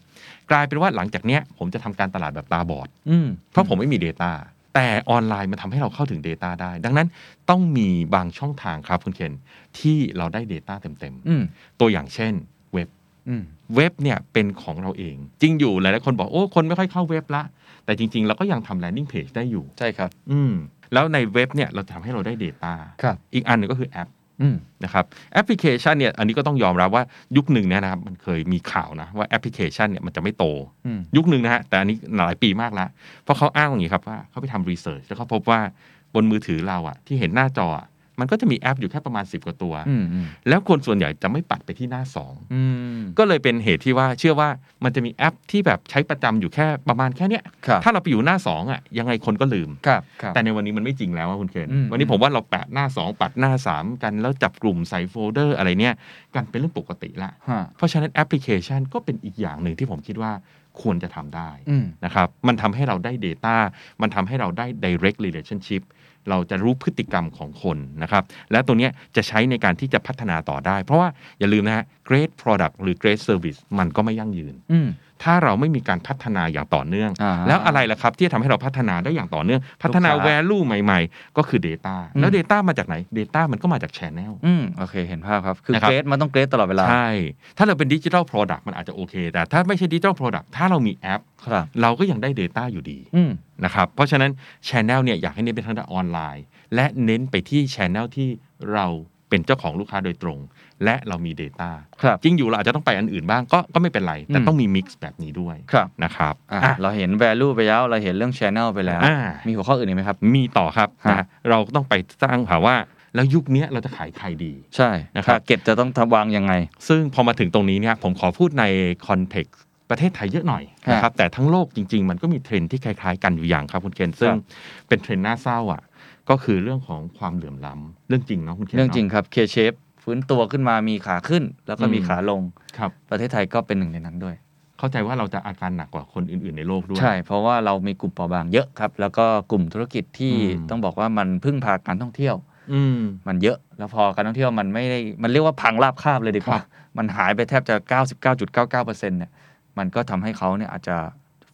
กลายเป็นว่าหลังจากเนี้ยผมจะทำการตลาดแบบตาบอด
อืม
เพราะผมไม่มี Data แต่ออนไลน์มันทำให้เราเข้าถึง Data ได้ ดังนั้นต้องมีบางช่องทางครับคุณเคนที่เราได้ Data เต็ม
อืม
ๆ ตัวอย่างเช่นเว็บ
อืม
เว็บเนี่ยเป็นของเราเอง จริงอยู่หลายๆคนบอกโอ้คนไม่ค่อยเข้าเว็บละ แต่จริง ๆ เราก็ยังทำ landing page ได้อยู่
ใช่ครับ
อืมแล้วในเว็บเนี่ยเราทำให้เราได้ Data
ครับ
อีกอันหนึงก็คือแอป
อืม
นะครับแอปพลิเคชันเนี่ยอันนี้ก็ต้องยอมรับว่ายุคหนึ่งเนี่ยนะครับมันเคยมีข่าวนะว่าแอปพลิเคชันเนี่ยมันจะไม่โต
อืม
ยุคหนึ่งนะฮะ แต่อันนี้หลายปีมากแล้ว เพราะเขาอ้างอย่างนี้ครับว่าเขาไปทำรีเสิร์ชแล้วเขาพบว่าบนมือถือเราอะที่เห็นหน้าจออะมันก็จะมีแอปอยู่แค่ประมาณ 10 กว่าตัว
อืม อืม
แล้วคนส่วนใหญ่จะไม่ปัดไปที่หน้า
อืม
2 ก็เลยเป็นเหตุที่ว่าเชื่อว่ามันจะมีแอปที่แบบใช้ประจำอยู่แค่ประมาณแค่เนี้ย
ครับ
ถ้าเราไปอยู่หน้า 2อ่ะยังไงคนก็ลืม
ครับ ครับ
แต่ในวันนี้มันไม่จริงแล้วอะคุณเคน
อืม
วันนี้ผมว่าเราแปะหน้า 2 ปัดหน้า 3 กันแล้วจับกลุ่มใส่โฟลเดอร์อะไรเนี่ยกันเป็นเรื่องปกติละ
ฮะ
เพราะฉะนั้นแอปพลิเคชันก็เป็นอีกอย่างหนึ่งที่ผมคิดว่าควรจะทำได้
อืม
นะครับมันทำให้เราได้ Data มันทำให้เราได้ direct relationship เราจะรู้พฤติกรรมของคนนะครับ และตัวเนี้ยจะใช้ในการที่จะพัฒนาต่อได้ เพราะว่าอย่าลืมนะฮะ great product หรือ great service มันก็ไม่ยั่งยืน
อืม
ถ้าเราไม่มีการพัฒนาอย่างต่อเนื่อง
อ่า
แล้วอะไรล่ะครับ ที่จะทำให้เราพัฒนาได้อย่างต่อเนื่อง พัฒนา
ลูกค้า
value ใหม่ๆ ก็คือ Data แล้ว
อืม
Data มาจากไหน Data มันก็มาจาก Channel
อืม โอเค เห็นภาพครับ คือ
นะครับ
เกรดมันต้องเกรดตลอดเวลา
ใช่ ถ้าเราเป็นดิจิทัลโปรดักต์มันอาจจะโอเค แต่ถ้าไม่ใช่ดิจิทัลโปรดักต์ถ้าเรามีแอป
ครับ
เราก็ยังได้ Data อยู่ดี
อืม
นะครับเพราะฉะนั้น Channel เนี่ยอยากให้เน้นไปทางด้านออนไลน์ และเน้นไปที่ Channel ที่เราเป็นเจ้าของลูกค้าโดยตรง และเรามี Data
ครับ
จริงอยู่เราอาจจะต้องไปอันอื่นบ้างก็ก็ไม่เป็นไร แต่
อืม
ต้องมีมิกซ์แบบนี้ด้วย
ครับ
นะครับ
อ่ะ
อ่ะ
เราเห็น value ไปแล้ว เราเห็นเรื่อง channel ไปแล้ว
อ่า
มีหัวข้ออื่นอีกไหมครับ
มีต่อครับ
ฮะ
นะเราก็ต้องไปสร้างหาว่า แล้วยุคเนี้ยเราจะขายใครดี
ใช่
นะครับ
เก็ตจะต้องทำวางยังไง
ซึ่งพอมาถึงตรงนี้เนี่ยผมขอพูดในคอนเท็กซ์ประเทศไทยเยอะหน่อยนะครับแต่ทั้งโลกจริง ๆ มันก็มีเทรนด์ที่คล้ายๆ กันอยู่อย่างครับคุณเคนซึ่งเป็นเทรนด์น่าเศร้าอ่ะก็คือเรื่องของความเหลื่อมล้ำเรื่องจริงเนาะคุณเคน
เรื่อง
นาะ
จริงครับ K shape ฟื้นตัวขึ้นมามีขาขึ้น แล้วก็มี
อืม
ขาลง
ครับ
ประเทศไทยก็เป็นหนึ่งในนั้นด้วย
เข้าใจว่าเราจะอาการหนักกว่าคนอื่น ๆในโลกด้วย
ใช่ เพราะว่าเรามีกลุ่มเปราะบางเยอะครับ แล้วก็กลุ่มธุรกิจที่
อืม
ต้องบอกว่ามันพึ่งพาการท่องเที่ยว
อืม
มันเยอะ แล้วพอการท่องเที่ยวมันไม่ได้ มันเรียกว่าพังราบคาบเลยดีกว่า
ครับ
มันหายไปแทบจะ 99.99%เนี่ย มันก็ทำให้เขาเนี่ยอาจจะ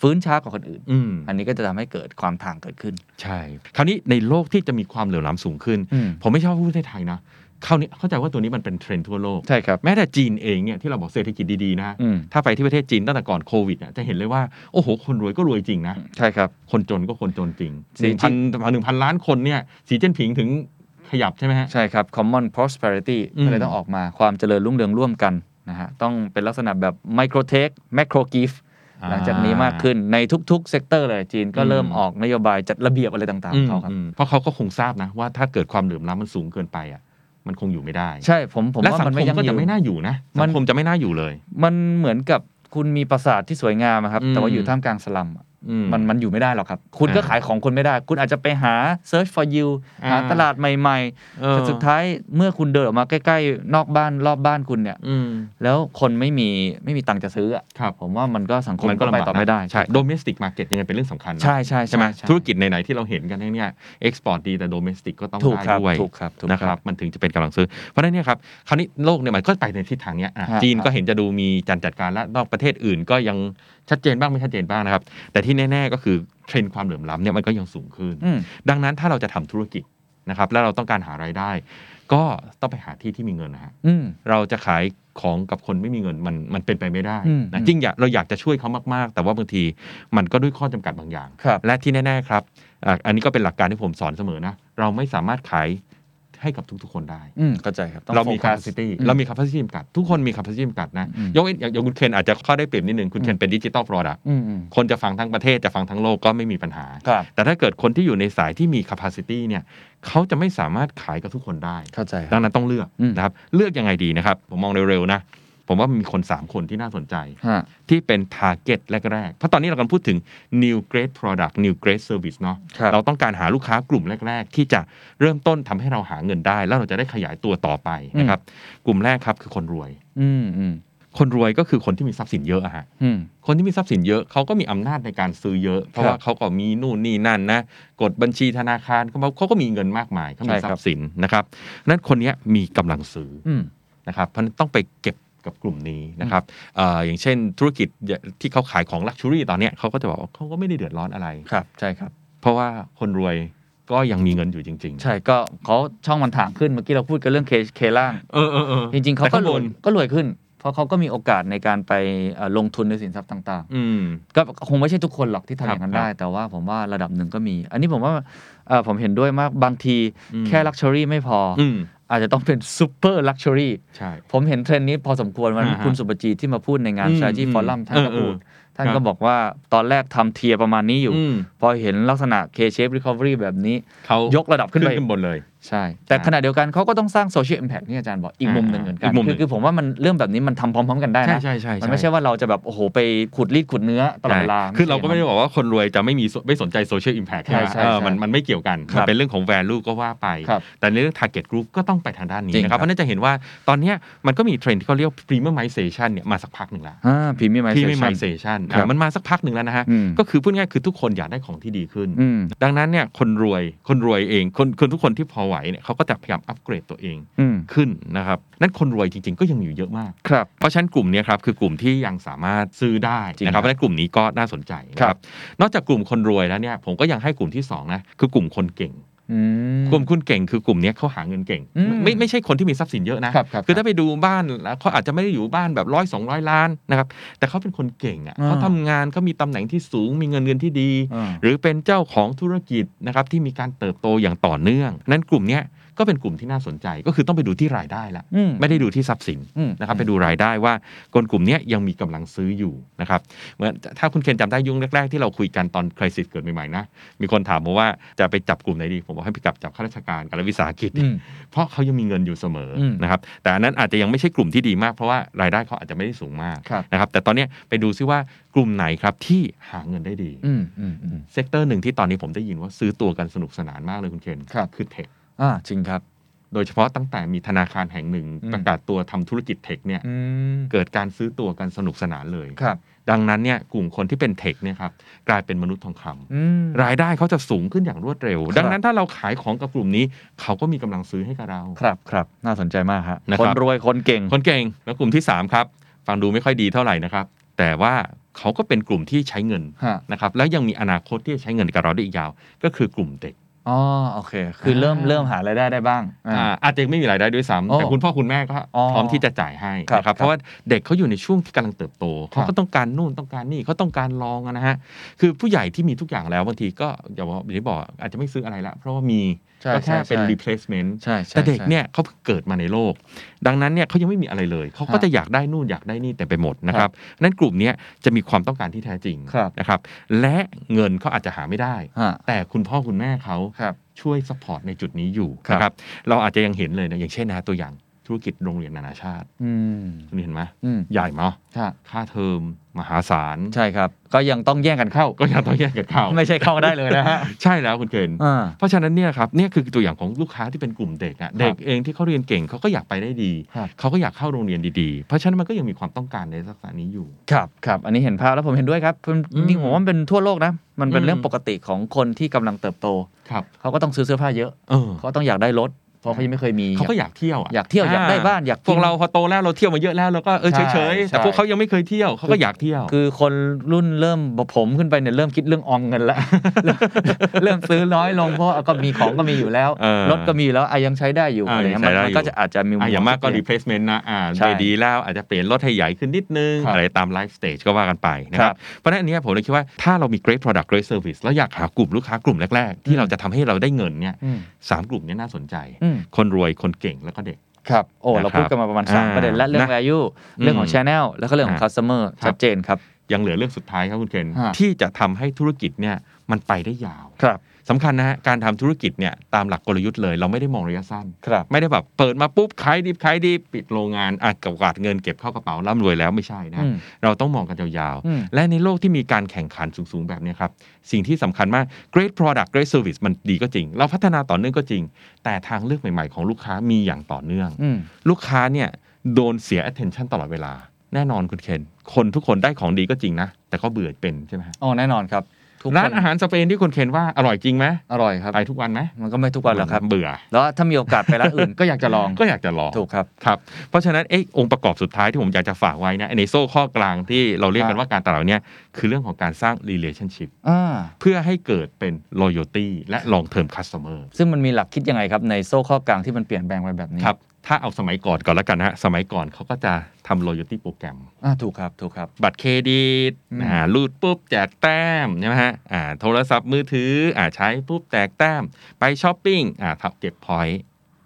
ฟื้นช้ากว่าคนอื่น
อืม
อันนี้ก็จะทำให้เกิดความต่างเกิดขึ้น
ใช่ คราวนี้ในโลกที่จะมีความเหลื่อมล้ำสูงขึ้น ผมไม่ชอบพูดในไทยนะคราวนี้เข้าใจว่าตัวนี้มันเป็นเทรนด์ทั่วโลก
ใช่ครับ
แม้แต่จีนเองเนี่ยที่เราบอกเศรษฐกิจดีๆนะฮะ
อืม
ถ้าไปที่ประเทศจีนตั้งแต่ก่อนโควิดเนี่ยจะเห็นเลยว่า โอ้โห คนรวยก็รวยจริงนะ
ใช่ครับ
คนจนก็คนจนจริงห
จริ
นึ่
ง
งพันหนึ่งพันล้านคนเนี่ยสีเจิ้นผิงถึงขยับใช่ไหมฮะ
ใช่ครับ common prosperity
อืม
ก็เลยต้องออกมาความเจริญรุ่งเรืองร่วมกันนะฮะ ต้องเป็นลักษณะแบบ micro take macro give หลังจากนี้มากขึ้นในทุกๆ เซกเตอร์เลยจีนก็เริ่มออกนโยบายจัดระเบียบอะไรต่างๆ
อื
ของ
ม
เขาครับ
อืมเพราะเขาก็คงทราบนะว่าถ้าเกิดความเหลื่อมล้ำมันสูงเกินไปอ่ะมันคงอยู่ไม่ได้
ใช่ผมผม
และ
ว่า
สัง
มัน
ค
ไม่
ม
ยั่ง
ก็
ยื
จะ
น
ไม่น่าอยู่นะ
มั
สั
น
งคมจะไม่น่าอยู่เลย
มันเหมือนกับคุณมีปราสาทที่สวยงามอะครับ
อืม
แต่ว่าอยู่ท่ามกลางสลัมอะ
อื
มันมันอยู่ไม่ได้หรอกครับ คุณก็
อ่า
ขายของคนไม่ได้ คุณอาจจะไปหา search for you
อ่า
หาตลาดใหม่ๆ
เออ
แต่สุดท้ายเมื่อคุณเดินออกมาใกล้ๆ นอกบ้านรอบบ้านคุณเนี่ย
อืม
แล้วคนไม่มีไม่มีตังค์จะซื้ออะ
ครับ
ผมว่ามันก็สังคม
มันก็
ก็
ลำ
ไป
บาก
ต่อไม่ได้
ใช่ domestic market ยังไงเป็นเรื่องสำคัญนะ
ใช่ใช่
ใช่ไหม
ใช่
ธุรกิจไหนๆที่เราเห็นกันเนี่ย export ดีแต่ domestic ก็ต้อง
ถูก
ได้
ครับ
ด้วย
ถูกครับถูก
นะครับมันถึงจะเป็นกำลังซื้อ เพราะฉะนั้นเนี่ยครับคราวนี้โลกเนี่ยมันก็ไปในทิศทางเนี้ยอ่ะ
ฮะ
จีน
ฮะ
ก็เห็นจะดูมีการจัดการและนอกประเทศอื่นก็ยังชัดเจนบ้างไม่ชัดเจนบ้างนะครับ แต่ที่แน่ ๆ ก็คือเทรนด์ความเหลื่อมล้ำเนี่ยมันก็ยังสูงขึ้น
อืม
ดังนั้นถ้าเราจะทำธุรกิจนะครับแล้วเราต้องการหารายได้ ก็ต้องไปหาที่ที่มีเงินนะฮะ
อืม
เราจะขายของกับคนไม่มีเงินมันมันเป็นไปไม่ได้
อืม
นะ
อืม
จริงอยากเราอยากจะช่วยเขามากๆ แต่ว่าบางทีมันก็ด้วยข้อจำกัดบางอย่าง
ครับ
และที่แน่ ๆ ครับอ่ะอันนี้ก็เป็นหลักการที่ผมสอนเสมอนะ เราไม่สามารถขายให้กับทุกๆ คนได้
อืมเข้าใจครับต้อง
เรามี
โฟกัส
capacity
อืม
เรามี capacity จำกัด ทุกคนมี capacity จำกัดนะ
อืม
ยกเว้นอย่างอย่างคุณเคนอาจจะข้อได้เปรียบนิดนึง คุณเคนเป็นดิจิ t a ล product
อืมอืม
คนจะฟังทั้งประเทศจะฟังทั้งโลกก็ไม่มีปัญหา
ครับ
แต่ถ้าเกิดคนที่อยู่ในสายที่มี capacity เนี่ยเขาจะไม่สามารถขายกับทุกคนได้
เข้าใจค
ดั
รับ
งนั้นต้องเลือก
อืม
นะครับ เลือกยังไงดีนะครับ ผมมองเร็วๆนะ ผมว่ามีคน 3 คนที่น่าสนใจ
ฮะ
ที่เป็น target แรก ๆ เพราะตอนนี้เรากำลังพูดถึง new great product new great service เนาะ
ครับ
เราต้องการหาลูกค้ากลุ่มแรก ๆ ที่จะเริ่มต้นทำให้เราหาเงินได้ แล้วเราจะได้ขยายตัวต่อไปนะครับ กลุ่มแรกครับคือคนรวย
อืมอืม
คนรวยก็คือคนที่มีทรัพย์สินเยอะอะฮะ
อืม
คนที่มีทรัพย์สินเยอะเขาก็มีอำนาจในการซื้อเยอะ เพราะ
ครับ
ว่าเขาก็มีนู่นนี่นั่นนะกดบัญชีธนาคารเขาเขาก็มีเงินมากมายเขามี
ใช่
ทรั
ครับ
พย์สินนะครับนั้นคนเนี้ยมีกำลังซื้อ
อืม
นะครับเพราะฉะนั้นต้องไปเก็บกับกลุ่มนี้นะครับเอ่ออย่างเช่นธุรกิจที่เขาขายของลักชัวรี่ตอนเนี้ยเขาก็จะบอกว่าเขาก็ไม่ได้เดือดร้อนอะไร
ครับใช่ครับ
เพราะว่าคนรวยก็ยังมีเงินอยู่จริง ๆ
ใช่ก็เขาช่องมันถางขึ้นเมื่อกี้เราพูดกันเรื่องเคเคล่าง
เออเออเออ
จริง ๆเขา
แต่
ก็
ข้าง
ร
บ
วย
น
ก็รวยขึ้น เพราะเขาก็มีโอกาสในการไปเอ่อลงทุนในสินทรัพย์ต่าง
อืม
ๆ ก็คงไม่ใช่ทุกคนหรอกที่
ครับ
ทำอย่างนั้น
ครับ
ได้ แต่ว่าผมว่าระดับหนึ่งก็มี อันนี้ผมว่าเอ่อผมเห็นด้วยมากบางที
อืม
แค่ลักชัวรี่ไม่พออ
อืม
อาจจะต้องเป็นซูเปอร์ลักชัวรี่
ใช่
ผมเห็นเทรนด์นี้พอสมควรวัน
อ่าฮะ
คุณสุปจีที่มาพูดในงาน
อืม
ชาจี
อืม
ฟอรัมท่านก็
เออเออ
พูดท่าน
ครับ
ก็บอกว่าตอนแรกทำเทียร์ประมาณนี้อยู่
อืม
พอเห็นลักษณะ K-shape recovery แบบนี้
เขาย
ยกระดับขึ้นไป
ขึ้นบนเลย
ใช่ แต่
ใช่
ขณะเดียวกันเขาก็ต้องสร้างโซเชียล m p ม c t ที่อาจารย์บอก อีก
อ่า
มุมหนึ่งเหมือนกั
อี
น
กมุมหนึ่ง
คือคือผมว่ามันเรื่องแบบนี้มันทำพร้อมๆกันได้
ใช่
นะ
ใช่ใช่
มันไม่ใช่ว่าเราจะแบบ โอ้โห ไปขุดรีดขุดเนื้อตลอดเวลา
ใช่คือเราก็ไม่ได้บอกว่าคนรวยจะไม่มีส่วนไม่สนใจโซเชียลอิมแพค
ใช่ใช่
เออ
ใช่
มันมันไม่เกี่ยวกัน
ครับ
มันเป็นเรื่องของ value ก็ว่าไป
ครับ
แต่ในเรื่อง target group ก็ต้องไปทางด้านนี้
จริง
นะค
ค
รั
รั
บ
บ
เพราะฉะนั่นจะเห็นว่าตอนเนี้ยมันก็มีเทรนด์ที่เขาเรียก premiumization เนี่ยมาสักพักหนึ่งละ
อ่าพรีเมียมไอ
ที่
เซ
ไม่
ชั
migration
ครับ
อ่ะมันมาสักพักหนึ่งแล้วนะฮะ ก็คือพูดง่ายๆคือทุกคนอยากได้ของที่ดีขึ้น
อืม
ดังนั้นเนี่ยคนรวยคนรวยเองคนคนทุกคนที่พอไหวเนี่ยเขาก็จะพยายามอัปเกรดตัวเอง
อืม
ขึ้นนะครับนั่นคนรวยจริง ๆ ก็ยังมีอยู่เยอะมาก
ครับ
เพราะฉะนั้นกลุ่มเนี้ยครับคือกลุ่มที่ยังสามารถซื้อได้
จริง
นะค
ครั
รับบ เพราะฉะนั้นกลุ่มนี้ก็น่าสนใจนะค
ครั
รับบ นอกจากกลุ่มคนรวยแล้วเนี่ยผมก็ยังให้กลุ่มที่สองนะคือกลุ่มคนเก่ง
อืม
กลุ่มคนเก่งคือกลุ่มเนี้ยเขาหาเงินเก่ง
อืม
ไม่ไม่ใช่คนที่มีทรัพย์สินเยอะนะ
ครับครับ
คือถ้าไปดูบ้านแล้วเขาอาจจะไม่ได้อยู่บ้านแบบร้อยสองร้อยล้านนะครับ แต่เขาเป็นคนเก่งอ่ะ
อ่า
เขาทำงานเขามีตำแหน่งที่สูงมีเงินเดือนที่ดี
อ่า
หรือเป็นเจ้าของธุรกิจนะครับที่มีการเติบโตอย่างต่อเนื่อง นั้นกลุ่มเนี้ยก็เป็นกลุ่มที่น่าสนใจก็คือต้องไปดูที่รายได้ละ
อืม
ไม่ได้ดูที่ทรัพย์สิน
อืม
นะครับไปดูรายได้ว่าคนกลุ่มเนี้ยยังมีกำลังซื้ออยู่นะครับเหมือนถ้าคุณเคนจำได้ยุ่งแรก ๆ ที่เราคุยกันตอนคริสเกิดใหม่ๆนะมีคนถามผมว่าจะไปจับกลุ่มไหนดีผมบอกให้ไปจับจับข้าราชการกับรัฐวิสาหกิจ
อืม
เพราะเขายังมีเงินอยู่เสมออ
ม
นะครับ แต่อันนั้นอาจจะยังไม่ใช่กลุ่มที่ดีมากเพราะว่ารายได้เขาอาจจะไม่ได้สูงมาก
ครับ
นะครับ แต่ตอนเนี้ยไปดูซิว่ากลุ่มไหนครับที่หาเงินได้ดี
อืมอืมอืม
เซกเตอร์หนึ่งที่ตอนนี้ผมได้ยินว่าซื้อตัวกันสนุกสนานมากเลยคุณเคน
ครับ
คือเทค
อ่าจริงครับ
โดยเฉพาะตั้งแต่มีธนาคารแห่งหนึ่ง
อืม
ประกาศตัวทำธุรกิจเทคเนี่ย
อืม
เกิดการซื้อตัวกันสนุกสนานเลย
ครับ
ดังนั้นเนี่ยกลุ่มคนที่เป็นเทคเนี่ยครับกลายเป็นมนุษย์ทองคำ
อืม
รายได้เขาจะสูงขึ้นอย่างรวดเร็ว
ครับ
ดังนั้นถ้าเราขายของกับกลุ่มนี้ เขาก็มีกำลังซื้อให้กับเรา
ครับครับน่าสนใจมากฮะ
นะครับ
คนรวยคนเก่ง
คนเก่งและกลุ่มที่สามครับฟังดูไม่ค่อยดีเท่าไหร่นะครับ แต่ว่าเขาก็เป็นกลุ่มที่ใช้เงิน
ฮะ
นะครับแล้วยังมีอนาคตที่จะใช้เงินกับเราได้อีกยาว ก็คือกลุ่มเด็ก
อ๋อโอเค คือเริ่มเริ่มหารายได้ได้บ้างอ่า
อ่าอาจจะยังไม่มีรายได้ด้วย
โอ้
ซ้ำแต่คุณพ่อคุณแม่ก็
อ๋อ
พร้อมที่จะจ่ายให้
ครับ
นะครับ
ครับ
เพราะว่าเด็กเขาอยู่ในช่วงที่กำลังเติบโต
ครั
เขา
บ
ก็ต้องการนู่นต้องการนี่เขาต้องการลองอะนะฮะคือผู้ใหญ่ที่มีทุกอย่างแล้วบางทีก็อย่าบอกอย่างที่บอกอาจจะไม่ซื้ออะไรละเพราะว่ามี
ใช่
ก็แค่
ใช่
เป็น
ใช่
replacement
ใช่ใช่
แต่เด็ก
ใช่
เนี่ยเขาเพิ่งเกิดมาในโลก ดังนั้นเนี่ยเขายังไม่มีอะไรเลย เขาก็
ฮะ
จะอยากได้นู่นอยากได้นี่แต่ไปหมดนะค
ครั
รั
บบ
นั้นกลุ่มเนี้ยจะมีความต้องการที่แท้จริง
ครับ
นะครับ และเงินเขาอาจจะหาไม่ได้
ฮะ
แต่คุณพ่อคุณแม่เขา
ครับ
ช่วยสปอร์ตในจุดนี้อยู่
ครับ
นะครับ เราอาจจะยังเห็นเลยนะอย่างเช่นนะตัวอย่างธุรกิจโรงเรียนนานาชาติ
อืม
คุณเห็นไหม
อืม
ใหญ่เนาะ
ฮะ
ค่าเทอม มหาศาล
ใช่ครับ ก็ยังต้องแย่งกันเข้า
ก็ยังต้องแยกกันเข้า
ไม่ใช่เข้าได้เลยนะฮะ
ใช่แล้วคุณเคน
อ่า
เพราะฉะนั้นเนี่ยครับเนี่ยคือตัวอย่างของลูกค้าที่เป็นกลุ่มเด็กอะเด็กเองที่เขาเรียนเก่งเขาก็อยากไปได้ดี
ครับ
เขาก็อยากเข้าโรงเรียนดีๆ เพราะฉะนั้นมันก็ยังมีความต้องการในลักษณะนี้อยู่
ครับครับอันนี้เห็นภาพแล้วผมเห็นด้วยครับมัน
อืม
จริงผมว่ามันเป็นทั่วโลกนะ มันเป็น
อืม
เรื่องปกติของคนที่กำลังเติบโต
ครับ
เขาก็ต้องซื้อเสื้อผ้าเยอะ
เออ
เขาต้องอยากได้รถ เพราะเขายังไม่เคยมี
เขาก็อยากเที่ยวอะ
อยากเที่ยวอยากได้บ้านอยากกิน
พวกเราพอโตแล้วเราเที่ยวมาเยอะแล้วเราก็เออ
ใช่
เฉยๆ
ใช่
แต่พวกเขายังไม่เคยเที่ยวเขาก็อยากเที่ยว
คือคนรุ่นเริ่มผมขึ้นไปเนี่ยเริ่มคิดเรื่องออมเงินแล้ว เริ่ม เริ่มซื้อน้อยลงเพราะก็มีของก็มีอยู่แล้ว
เออ
รถก็มีอยู่แล้วอะยังใช้ได้อยู่
อ่า
อะไรเงี้ย
ยังใช้ได้
มัน
อยู่
ก็จะอาจจะมี
อ่ะอย่างมากก็
มุที่เปลี่ยน
replacement นะอ่า
ใช่
ไม่ดีแล้วอาจจะเปลี่ยนรถให้ใหญ่ขึ้นนิดนึง
ครับ
อะไรตาม life stage ก็ว่ากันไปนะครับเพราะฉะนั้นอันเนี้ยผมเลยคิดว่าถ้าเรามี great product great service แล้วอยากหากลุ่มลูกค้ากลุ่มแรกๆ
อื
ที่
ม
เราจะทำให้เราได้เงินเนี่ย
อืม
สามกลุ่มเนี้น่าสนใจ
อืม
คนรวยคนเก่งแล้วก็เด็ก
ครับโอ้เรา
นะครับ
พูดกันมาประมาณสาม
อ่า
ประเด็นและเรื่อง
นะ
value เรื่องของ channel แล้วก็เรื่องของ
อ่า
customer
ครับ
ชัดเจนครับ
ยังเหลือเรื่องสุดท้ายครับคุณเคน
ฮะ
ที่จะทำให้ธุรกิจเนี่ยมันไปได้ยาว
ครับ
สำคัญนะฮะการทำธุรกิจเนี่ยตามหลักกลยุทธ์เลย เราไม่ได้มองระยะสั้น
ครับ
ไม่ได้แบบเปิดมาปุ๊บขายดีขายดีปิดโรงงานอ่ะกับกวาดเงินเก็บเข้ากระเป๋าร่ำรวยแล้วไม่ใช่นะ
อืม
เราต้องมองกันยาว
อืม
ๆ และในโลกที่มีการแข่งขันสูงๆ แบบเนี้ยครับ สิ่งที่สำคัญมาก great product great service มันดีก็จริง เราพัฒนาต่อเนื่องก็จริง แต่ทางเลือกใหม่ๆ ของลูกค้ามีอย่างต่อเนื่อง
อืม
ลูกค้าเนี่ยโดนเสีย attention ตลอดเวลา แน่นอนคุณเคน คนทุกคนได้ของดีก็จริงนะ แต่ก็เบื่อเป็นใช่ไหมฮะ
อ๋อแน่นอนครับทุกคน
ร้านอาหารสเปนที่คุณเคนว่าอร่อยจริงไหม
อร่อยครับ
ไปทุกวันไหม
มันก็ไม่ทุกวันหรอกครับ
เบื่อ
แล้วถ้ามีโอกาสไปร้านอื่น ก็อยากจะลอง
ก็อยากจะลอง
ถูกครับ
ครับ เพราะฉะนั้นเอะองค์ประกอบสุดท้ายที่ผมอยากจะฝากไว้นะในโซ่ข้อกลางที่เราเรียกกันว่าการตลาดเนี่ยคือเรื่องของการสร้าง relationship
อ่า
เพื่อให้เกิดเป็น loyalty และ long term customer
ซึ่งมันมีหลักคิดยังไงครับ ในโซ่ข้อกลางที่มันเปลี่ยนแปลงไปแบบนี้
ครับ ถ้าเอาสมัยก่อนก่อนละกันนะฮะสมัยก่อนเขาก็จะทำ loyalty โปรแกรม
อ่าถูกครับถูกครับ
บัตรเครดิต
อืม
อ่ารูดปุ๊บแจกแต้มใช่ไหมฮะอ่าโทรศัพท์มือถืออ่าใช้ปุ๊บแจกแต้ม ไปช้อปปิ้งอ่าเท่าเก็บพอยต์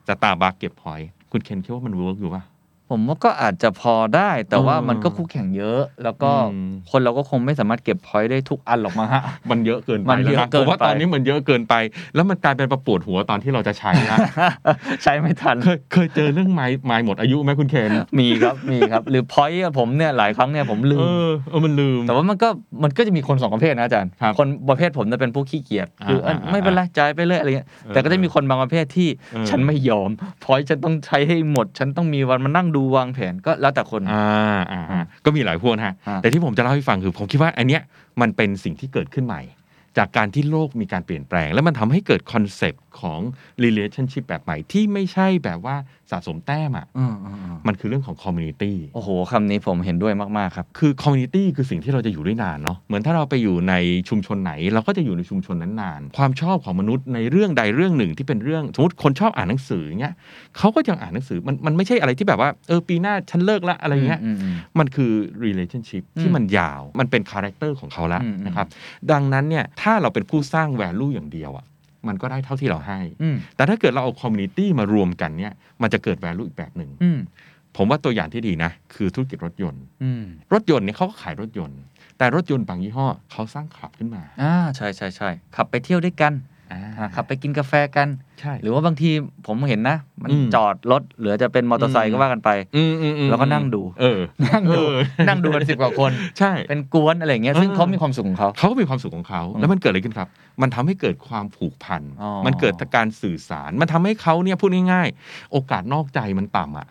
จะตาบักเก็บพอยต์คุณเคนคิดว่ามันเวิร์กอยู่ปะ
ผมว่าก็อาจจะพอได้ แต่ว่า
เออ
มันก็คู่แข่งเยอะ แล้วก็
อืม
คนเราก็คงไม่สามารถเก็บพอยต์ได้ทุกอันหรอกมั้งฮะ
มันเยอะเกินไป
มันเยอะ
แล้วนะ
เกิ
ผ
น
มว่า
ไป
ตอนนี้มันเยอะเกินไป แล้วมันกลายเป็นประปวดหัวตอนที่เราจะใช้นะ
ใช้ไม่ทัน
เคยเคยเจอเรื่องไม้ไม้หมดอายุไหมคุณเคน
มี ครับมีครับ หรือพอยต์ผมเนี่ยหลายครั้งเนี่ยผมลื
เอ
ม
อเออมันลืม
แต่ว่ามันก็มันก็จะมีคนสองประเภทนะอาจารย์
ครับ
คนประเภทผมจะเป็นผู้ขี้เกียจคือเอ้ย
อ่าอ่า
ไม่เป็นไรจ่ายไปเลยอะไรเงี้ยแต่ก็จะมีคนบางประเภทที่
เออ
ฉันไม่ยอมเพราะฉันต้องใช้ให้หมด ฉันต้องมีวันมานั่งดูวางแผนก็แล้วแต่คน
อ่าอ่าฮะก็มีหลายพวกนะฮะ
อ่า
แต่ที่ผมจะเล่าให้ฟังคือ ผมคิดว่าอันเนี้ยมันเป็นสิ่งที่เกิดขึ้นใหม่ จากการที่โลกมีการเปลี่ยนแปลง และมันทำให้เกิดคอนเซปต์ของ relationship แบบใหม่ที่ไม่ใช่แบบว่าสะสมแต้มอ่ะ
อืมอืมอืม
มันคือเรื่องของ community
โอ้โหคำนี้ผมเห็นด้วยมากๆครับ
คือ community คือสิ่งที่เราจะอยู่ได้นานเนาะเหมือนถ้าเราไปอยู่ในชุมชนไหน เราก็จะอยู่ในชุมชนนั้นนาน ความชอบของมนุษย์ในเรื่องใดเรื่องหนึ่งที่เป็นเรื่องสมมติคนชอบอ่านหนังสืออย่างเงี้ยเขาก็ยังอ่านหนังสือมันมันไม่ใช่อะไรที่แบบว่าเออปีหน้าฉันเลิกละอะไรเงี้ย มันคือ relationship ที่มันยาว มันเป็นคาแรคเตอร์ของเขาแล้ว
อืม
นะครับ ดังนั้นเนี่ย ถ้าเราเป็นผู้สร้าง value อย่างเดียวอะมันก็ได้เท่าที่เราให้
อืม
แต่ถ้าเกิดเราเอา community มารวมกันเนี่ย มันจะเกิด value อีกแบบหนึ่ง
อืม
ผมว่าตัวอย่างที่ดีนะ คือธุรกิจรถยนต์
อืม
รถยนต์เนี่ยเขาก็ขายรถยนต์ แต่รถยนต์บางยี่ห้อเขาสร้างคลับขึ้นมา
อ่าใช่ใช่ใช่ขับไปเที่ยวด้วยกัน
อ่า
ขับไปกินกาแฟกัน
ใช่
หรือว่าบางทีผมเห็นนะ มัน
อืม
จอดรถเหลือจะเป็นมอเตอร์ไซ
อื
ค์
ม
ก็ว่ากันไป
อืมอืมอืม
แล้วก็นั่งดู
เออ
นั่งดู
เออ
นั่ง ดูกันสิบกว่าคน
ใช่
เป็นกวนอะไรอย่างเงี้ยซึ่ง
เออ
เขามีความสุขของเขา
เขาก็มีความสุขของเขา
อืม
แล้วมันเกิดอะไรขึ้นครับ มันทำให้เกิดความผูกพัน
อ๋อ
มันเกิดการสื่อสาร มันทำให้เขาเนี่ยพูดง่ายๆ โอกาสนอกใจมันต่ำอ่ะ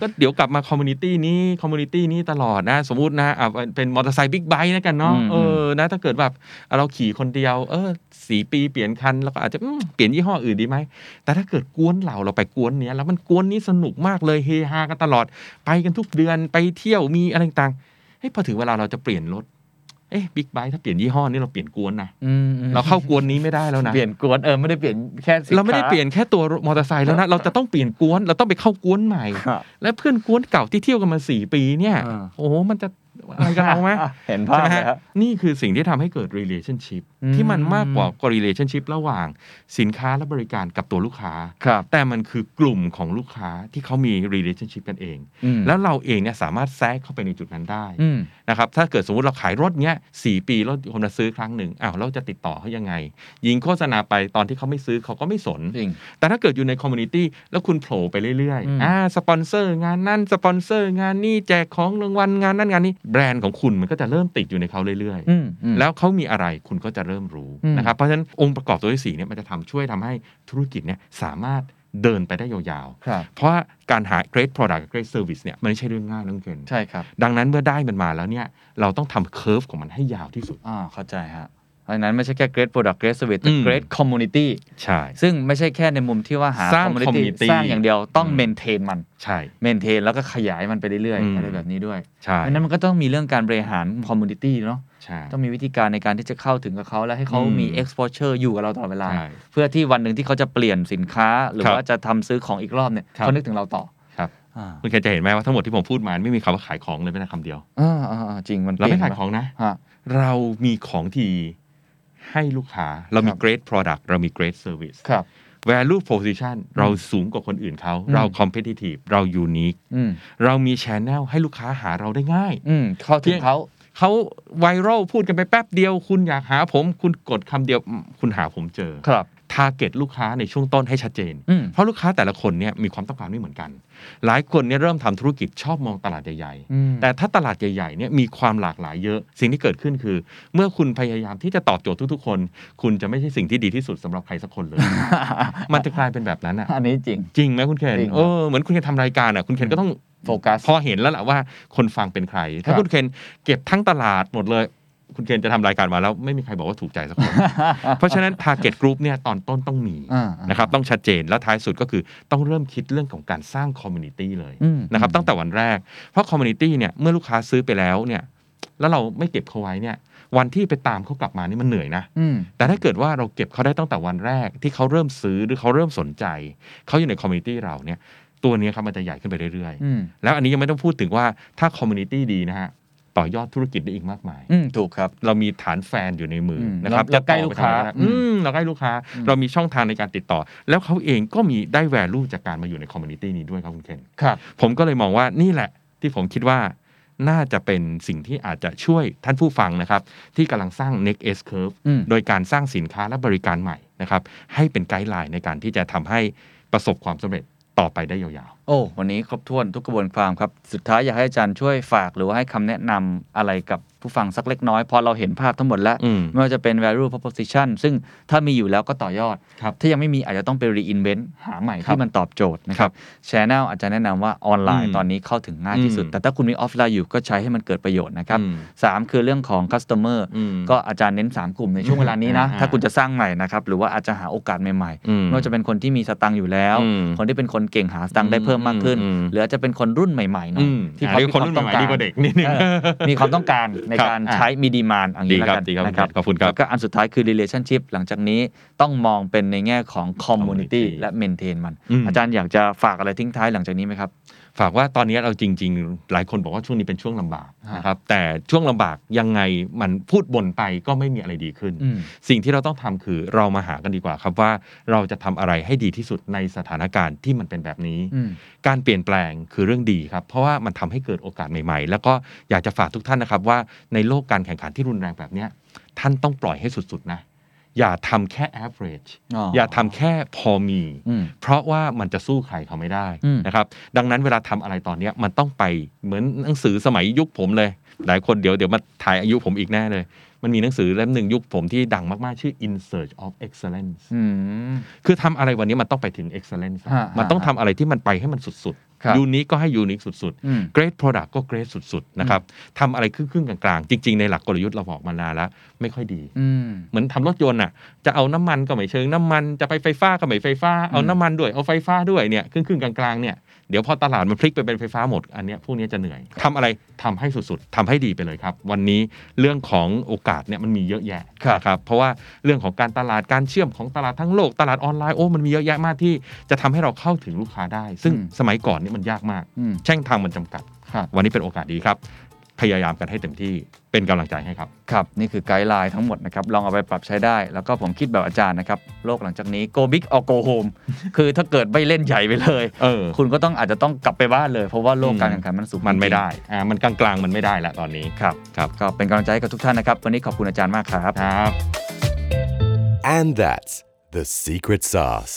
ก็เดี๋ยวกลับมาคอมมูนิตี้นี้คอมมูนิตี้นี้ตลอดนะ สมมตินะอ่ะเป็นมอเตอร์ไซค์บิ๊กไบค์แล้วกันเนาะ
อืม
เออนะถ้าเกิดแบบเราขี่คนเดียว เออสีปีเปลี่ยนคันแล้วก็อาจจะอืมเปลี่ยนยี่ห้ออื่นดีไหม แต่ถ้าเกิดกวนเราเราไปกวนเนี้ยแล้วมันกวนนี้สนุกมากเลยเฮฮากันตลอด ไปกันทุกเดือนไปเที่ยวมีอะไรต่างๆเฮ้ยพอถึงเวลาเราจะเปลี่ยนรถ เอ๊ะบิ๊กไบค์ถ้าเปลี่ยนยี่ห้อนี่เราเปลี่ยนกวนนะ
อืมอืม
เราเข้ากวนนี้ไม่ได้แล้วนะ
เปลี่ยนกวนเออไม่ได้เปลี่ยนแค่สินค้
เราไม่ได้เปลี่ยนแค่ตัวมอเตอร์ไซค์แล้วนะเราจะต้องเปลี่ยนกวนเราต้องไปเข้ากวนใหม่
ครับ
และเพื่อนกวนเก่าที่เที่ยวกันมาสี่ปีเนี่ย
อ่า
โอ้โหมันจะอะไรกัน เอาไหม
เห็นภา
ใช่ไห
พ
ม
เล
ฮะ
ยฮะ
นี่คือสิ่งที่ทำให้เกิด relationship
อืม
ที่มันมากกว่า relationship ระหว่างสินค้าและบริการกับตัวลูกค้า
ครับ
แต่มันคือกลุ่มของลูกค้าที่เขามี relationship กันเอง
อืม
แล้วเราเองเนี่ยสามารถแทรกเข้าไปในจุดนั้นได้
อืม
นะครับถ้าเกิดสมมติเราขายรถเนี้ยสปีรถคนมาซื้อครั้งหนึ่งอ้าวเราจะติดต่อเขายังไง ยิงโฆษณาไปตอนที่เขาไม่ซื้อเขาก็ไม่สน
จริง
แต่ถ้าเกิดอยู่ในคอมมูนิตี้แล้วคุณโผล่ไปเรื่อย
อืม
ๆอ่าสปอนเซอร์งานนั่นสปอนเซอร์งานนี่แจกของรางวัลงานนั่นงานนี้แบรนด์ของคุณมันก็จะเริ่มติดอยู่ในเขาเรื่อย
อืมอืม
ๆ แล้วเขามีอะไรคุณก็จะเริ่มรู้
อืม
นะครับเพราะฉะนั้นองค์ประกอบตัวที่สี่เนี่ยมันจะทำช่วยทำให้ธุรกิจเนี่ยสามารถเดินไปได้ยาว
ครับ
ๆ เพราะว่าการหา great product กับ great service เนี่ยมันไม่ใช่เรื่องง่ายเรื่องเกิน
ใช่ครับ
ดังนั้นเมื่อได้มันมาแล้วเนี่ย เราต้องทำเค r ร์ฟของมันให้ยาวที่สุด
อ่าเข้าใจฮะเพราะฉะนั้นไม่ใช่แค่ great product great service แต่
อืม
great community
ใช่
ซึ่งไม่ใช่แค่ในมุมที่ว่าหา
สร้าง
community
community
สร้างอย่างเดียวต้อง
อืม
maintain มัน
ใช่
maintain แล้วก็ขยายมันไปเรื่อย
อื
ๆ
ม
อะไรแบบนี้ด้วย
ใช่
เพราะฉะนั้นมันก็ต้องมีเรื่องการบริหาร community เนาะ
ใช่
ต้องมีวิธีการในการที่จะเข้าถึงกับเขาและให้เขา
อืม
มี exposure อยู่กับเราตลอดเวลา
ใช่
เพื่อที่วันหนึ่งที่เขาจะเปลี่ยนสินค้า หรือ
ครับ
ว่าจะทำซื้อของอีกรอบเนี่ย
ครับ
เขานึกถึงเราต่อ
ครับ
อ่า
คุณแคจะเห็นไหมว่าทั้งหมดที่ผมพูดมาไม่มีคำว่าขายของเลยแม้แต่คำเดียว
อ่าอ่าอ่าจริงมัน
เราไม่ขาย
ปลี่น
ของนะ
ฮะ
เรามีของทีให้ลูกค้า เรามี
ครับ
great product เรามี great service
ครับ
value proposition เราสูงกว่าคนอื่นเขา
อืม
เรา competitive เรา unique
อืม
เรามี channel ให้ลูกค้าหาเราได้ง่าย
อืมเข้าถึงเขา
เขาไวรัลพูดกันไปแป๊บเดียว คุณอยากหาผม คุณกดคำเดียวอืมคุณหาผมเจอ
ครับ
ทาร์เก็ตลูกค้าในช่วงต้นให้ชัดเจน
อืม
เพราะลูกค้าแต่ละคนเนี่ยมีความต้องการไม่เหมือนกัน หลายคนเนี่ยเริ่มทำธุรกิจชอบมองตลาดใหญ่
อืม
ๆ แต่ถ้าตลาดใหญ่ๆเนี่ยมีความหลากหลายเยอะ สิ่งที่เกิดขึ้นคือ เมื่อคุณพยายามที่จะตอบโจทย์ทุก ๆ คน คุณจะไม่ใช่สิ่งที่ดีที่สุดสำหรับใครสักคนเลย มันจะกลายเป็นแบบนั้นอ่ะ
อันนี้จริง
จริงไหมคุณเคน
จริงครับ
เออเหมือนคุณเคนทำรายการอ่ะคุณเคนก็ต้อง
โฟกัส
พอเห็นแล้วล่ะว่าคนฟังเป็นใคร ถ้า
ครับ
คุณเคนเก็บทั้งตลาดหมดเลย คุณเคนจะทำรายการมาแล้วไม่มีใครบอกว่าถูกใจสักคน เพราะฉะนั้น target group เนี่ยตอนต้นต้องมี
อ่าๆ
นะครับต้องชัดเจนแล้วท้ายสุดก็คือต้องเริ่มคิดเรื่องของการสร้างคอมมูนิตี้เลย
อืม
นะครับ
อืม
ตั้งแต่วันแรก เพราะคอมมูนิตี้เนี่ยเมื่อลูกค้าซื้อไปแล้วเนี่ยแล้วเราไม่เก็บเขาไว้เนี่ยวันที่ไปตามเขากลับมานี่มันเหนื่อยนะ
อืม
แต่ถ้าเกิดว่าเราเก็บเขาได้ตั้งแต่วันแรก ที่เขาเริ่มซื้อหรือเขาเริ่มสนใจ เขาอยู่ในคอมมูนิตี้เราเนี่ยตัวเนี้ยครับมันจะใหญ่ขึ้นไปเรื่อย
อืม
ๆ แล้วอันนี้ยังไม่ต้องพูดถึงว่าถ้าคอมมูนิตี้ดีนะฮะต่อยอดธุรกิจได้อีกมากมาย
อืม ถูกครับ
เรามีฐานแฟนอยู่ในมืออ
ม
นะครับ
เราใกล้ลูก
จะ
ค้า
ต่อไปทำอะไรได้
อืม
อืมเราใกล้ลูกค้า
อืม
เรามีช่องทางในการติดต่อ แล้วเขาเองก็มีได้แวลูจากการมาอยู่ในคอมมูนิตี้นี้ด้วยครับคุณเคน
ครับ
ผมก็เลยมองว่านี่แหละที่ผมคิดว่าน่าจะเป็นสิ่งที่อาจจะช่วยท่านผู้ฟังนะครับ ที่กำลังสร้าง next S curve
อืม
โดยการสร้างสินค้าและบริการใหม่นะครับ ให้เป็นไกด์ไลน์ในการที่จะทำให้ประสบความสำเร็จต่อไปได้ยาว
โอ้ วันนี้ครบถ้วนทุกกระบวนความครับ สุดท้ายอยากให้อาจารย์ช่วยฝากหรือว่าให้คำแนะนำอะไรกับผู้ฟังสักเล็กน้อย พอเราเห็นภาพทั้งหมดแล้ว
ๆ อืม
ไม่ว่าจะเป็น value proposition ซึ่งถ้ามีอยู่แล้วก็ต่อยอด
ครับ
ถ้ายังไม่มีอาจจะต้องไป reinvent หาใหม่
ครับ
ที่มันตอบโจทย์นะครับ channel อาจจะแนะนำว่าออนไลน์
อืม
ตอนนี้เข้าถึงง่ายที่สุด
อืม
แต่ถ้าคุณมีออฟไลน์อยู่ก็ใช้ให้มันเกิดประโยชน์นะครับ
อืม
สามคือเรื่องของ customer
อืม
ก็อาจารย์เน้น 3 กลุ่มในช่วงเวลานี้นะ
อ่า
ถ้าคุณจะสร้างใหม่นะครับ หรือว่าอาจจะหาโอกาสใหม่
อืม
ๆไม่ว่าจะเป็นคนที่มีสตังค์อยู่แล้ว
อืม
คนที่เป็นคนเก่งหาสตังค์ได้เพิ่มมากขึ้น
อืม
หรืออาจจะเป็นคนรุ่นใหม่ๆหน่อ
อื
ย
ม
ที่
อ่ะ
เขา
เรียก
มี
คน
ความ
รุ่น
ต้อง
ใหม่
การ
ดีกว่าเด็กนิดนึง
เออมีความต้องการใน
ครับ
การ
อ่ะ
ใช้มีดีมานอย่างนี้
ดีค
แล้ว
รับ
กัน
ดีครับ
นะครับ
ขอบคุณครับ
แล้วก็อันสุดท้ายคือ relationship หลังจากนี้ต้องมองเป็นในแง่ของ community
community
และ maintain มัน
อืม
อาจารย์อยากจะฝากอะไรทิ้งท้ายหลังจากนี้ไหมครับ
ฝากว่าตอนนี้เราจริง ๆ หลายคนบอกว่าช่วงนี้เป็นช่วงลำบาก
ฮะ
นะครับแต่ช่วงลำบากยังไงมันพูดบ่นไปก็ไม่มีอะไรดีขึ้น
อืม
สิ่งที่เราต้องทำคือเรามาหากันดีกว่าครับว่าเราจะทำอะไรให้ดีที่สุดในสถานการณ์ที่มันเป็นแบบนี้
อืม
การเปลี่ยนแปลงคือเรื่องดีครับ เพราะว่ามันทำให้เกิดโอกาสใหม่ๆ แล้วก็อยากจะฝากทุกท่านนะครับว่าในโลกการแข่งขันที่รุนแรงแบบเนี้ยท่านต้องปล่อยให้สุดๆนะ อย่าทำแค่ average อย่าทำแค่พอมี
อืม
เพราะว่ามันจะสู้ใครเขาไม่ได้
อืม
นะครับ ดังนั้นเวลาทำอะไรตอนเนี้ยมันต้องไปเหมือนหนังสือสมัยยุคผมเลย หลายคนเดี๋ยวเดี๋ยวมาถ่ายอายุผมอีกแน่เลย มันมีหนังสือเล่มหนึ่งยุคผมที่ดังมาก ๆ ชื่อ In Search of Excellence
อืม
คือทำอะไรวันนี้มันต้องไปถึง excellence ครับ
ฮะ
มันต้อง
ฮะ
ทำอะไรที่มันไปให้มันสุด
ครับ
ๆยูนิคก็ให้ยูนิคสุดๆ
อืม
เกรด Product ก็เกรดสุด ๆ นะครับทำอะไรครึ่งๆ กลาง ๆ จริง ๆ ในหลักกลยุทธ์เราบอกมานานแล้ว ไม่ค่อยดี
อืม
เหมือนทำรถยนต์อ่ะจะเอาน้ำมันก็ไม่เชิงน้ำมันจะไปไฟฟ้าก็ไม่ไฟฟ้าเอาน้ำมันด้วยเอาไฟฟ้าด้วยเนี่ยครึ่งๆ กลาง ๆ เนี่ยเดี๋ยวพอตลาดมันพลิกไปเป็นไฟฟ้าหมดอันเนี้ยพวกเนี้ยจะเหนื่อยทำอะไรทำให้สุดๆทำให้ดีไปเลยครับ วันนี้เรื่องของโอกาสเนี่ยมันมีเยอะแยะ
ครับ
นะครับเพราะว่าเรื่องของการตลาดการเชื่อมของตลาดทั้งโลกตลาดออนไลน์โอ้มันมีเยอะแยะมากที่จะทำให้เราเข้าถึงลูกค้าได้ ซึ่งสมัยก่อนเนี่ยมันยากมาก
อืม
แช่งทางมันจำกัด
ครับ
วันนี้เป็นโอกาสดีครับ พยายามกันให้เต็มที่ เป็นกำลังใจให้ครับ
ครับ นี่คือไกด์ไลน์ทั้งหมดนะครับ ลองเอาไปปรับใช้ได้ แล้วก็ผมคิดแบบอาจารย์นะครับ โลกหลังจากนี้ go big or go home คือถ้าเกิดไม่เล่นใหญ่ไปเลย
เออ
คุณก็ต้องอาจจะต้องกลับไปบ้านเลย เพราะว่าโลกการแข่งขันมันสูง
มัน
จริ
ไม่
งๆ
ได้ อ่า มันกลางๆ มันไม่ได้ละตอนนี้ ครับ ครับ
ก็เป็นกำลังใจให้กับทุกท่านนะครับ วันนี้ขอบคุณอาจารย์มากครับ
ครับ
And that's the secret sauce.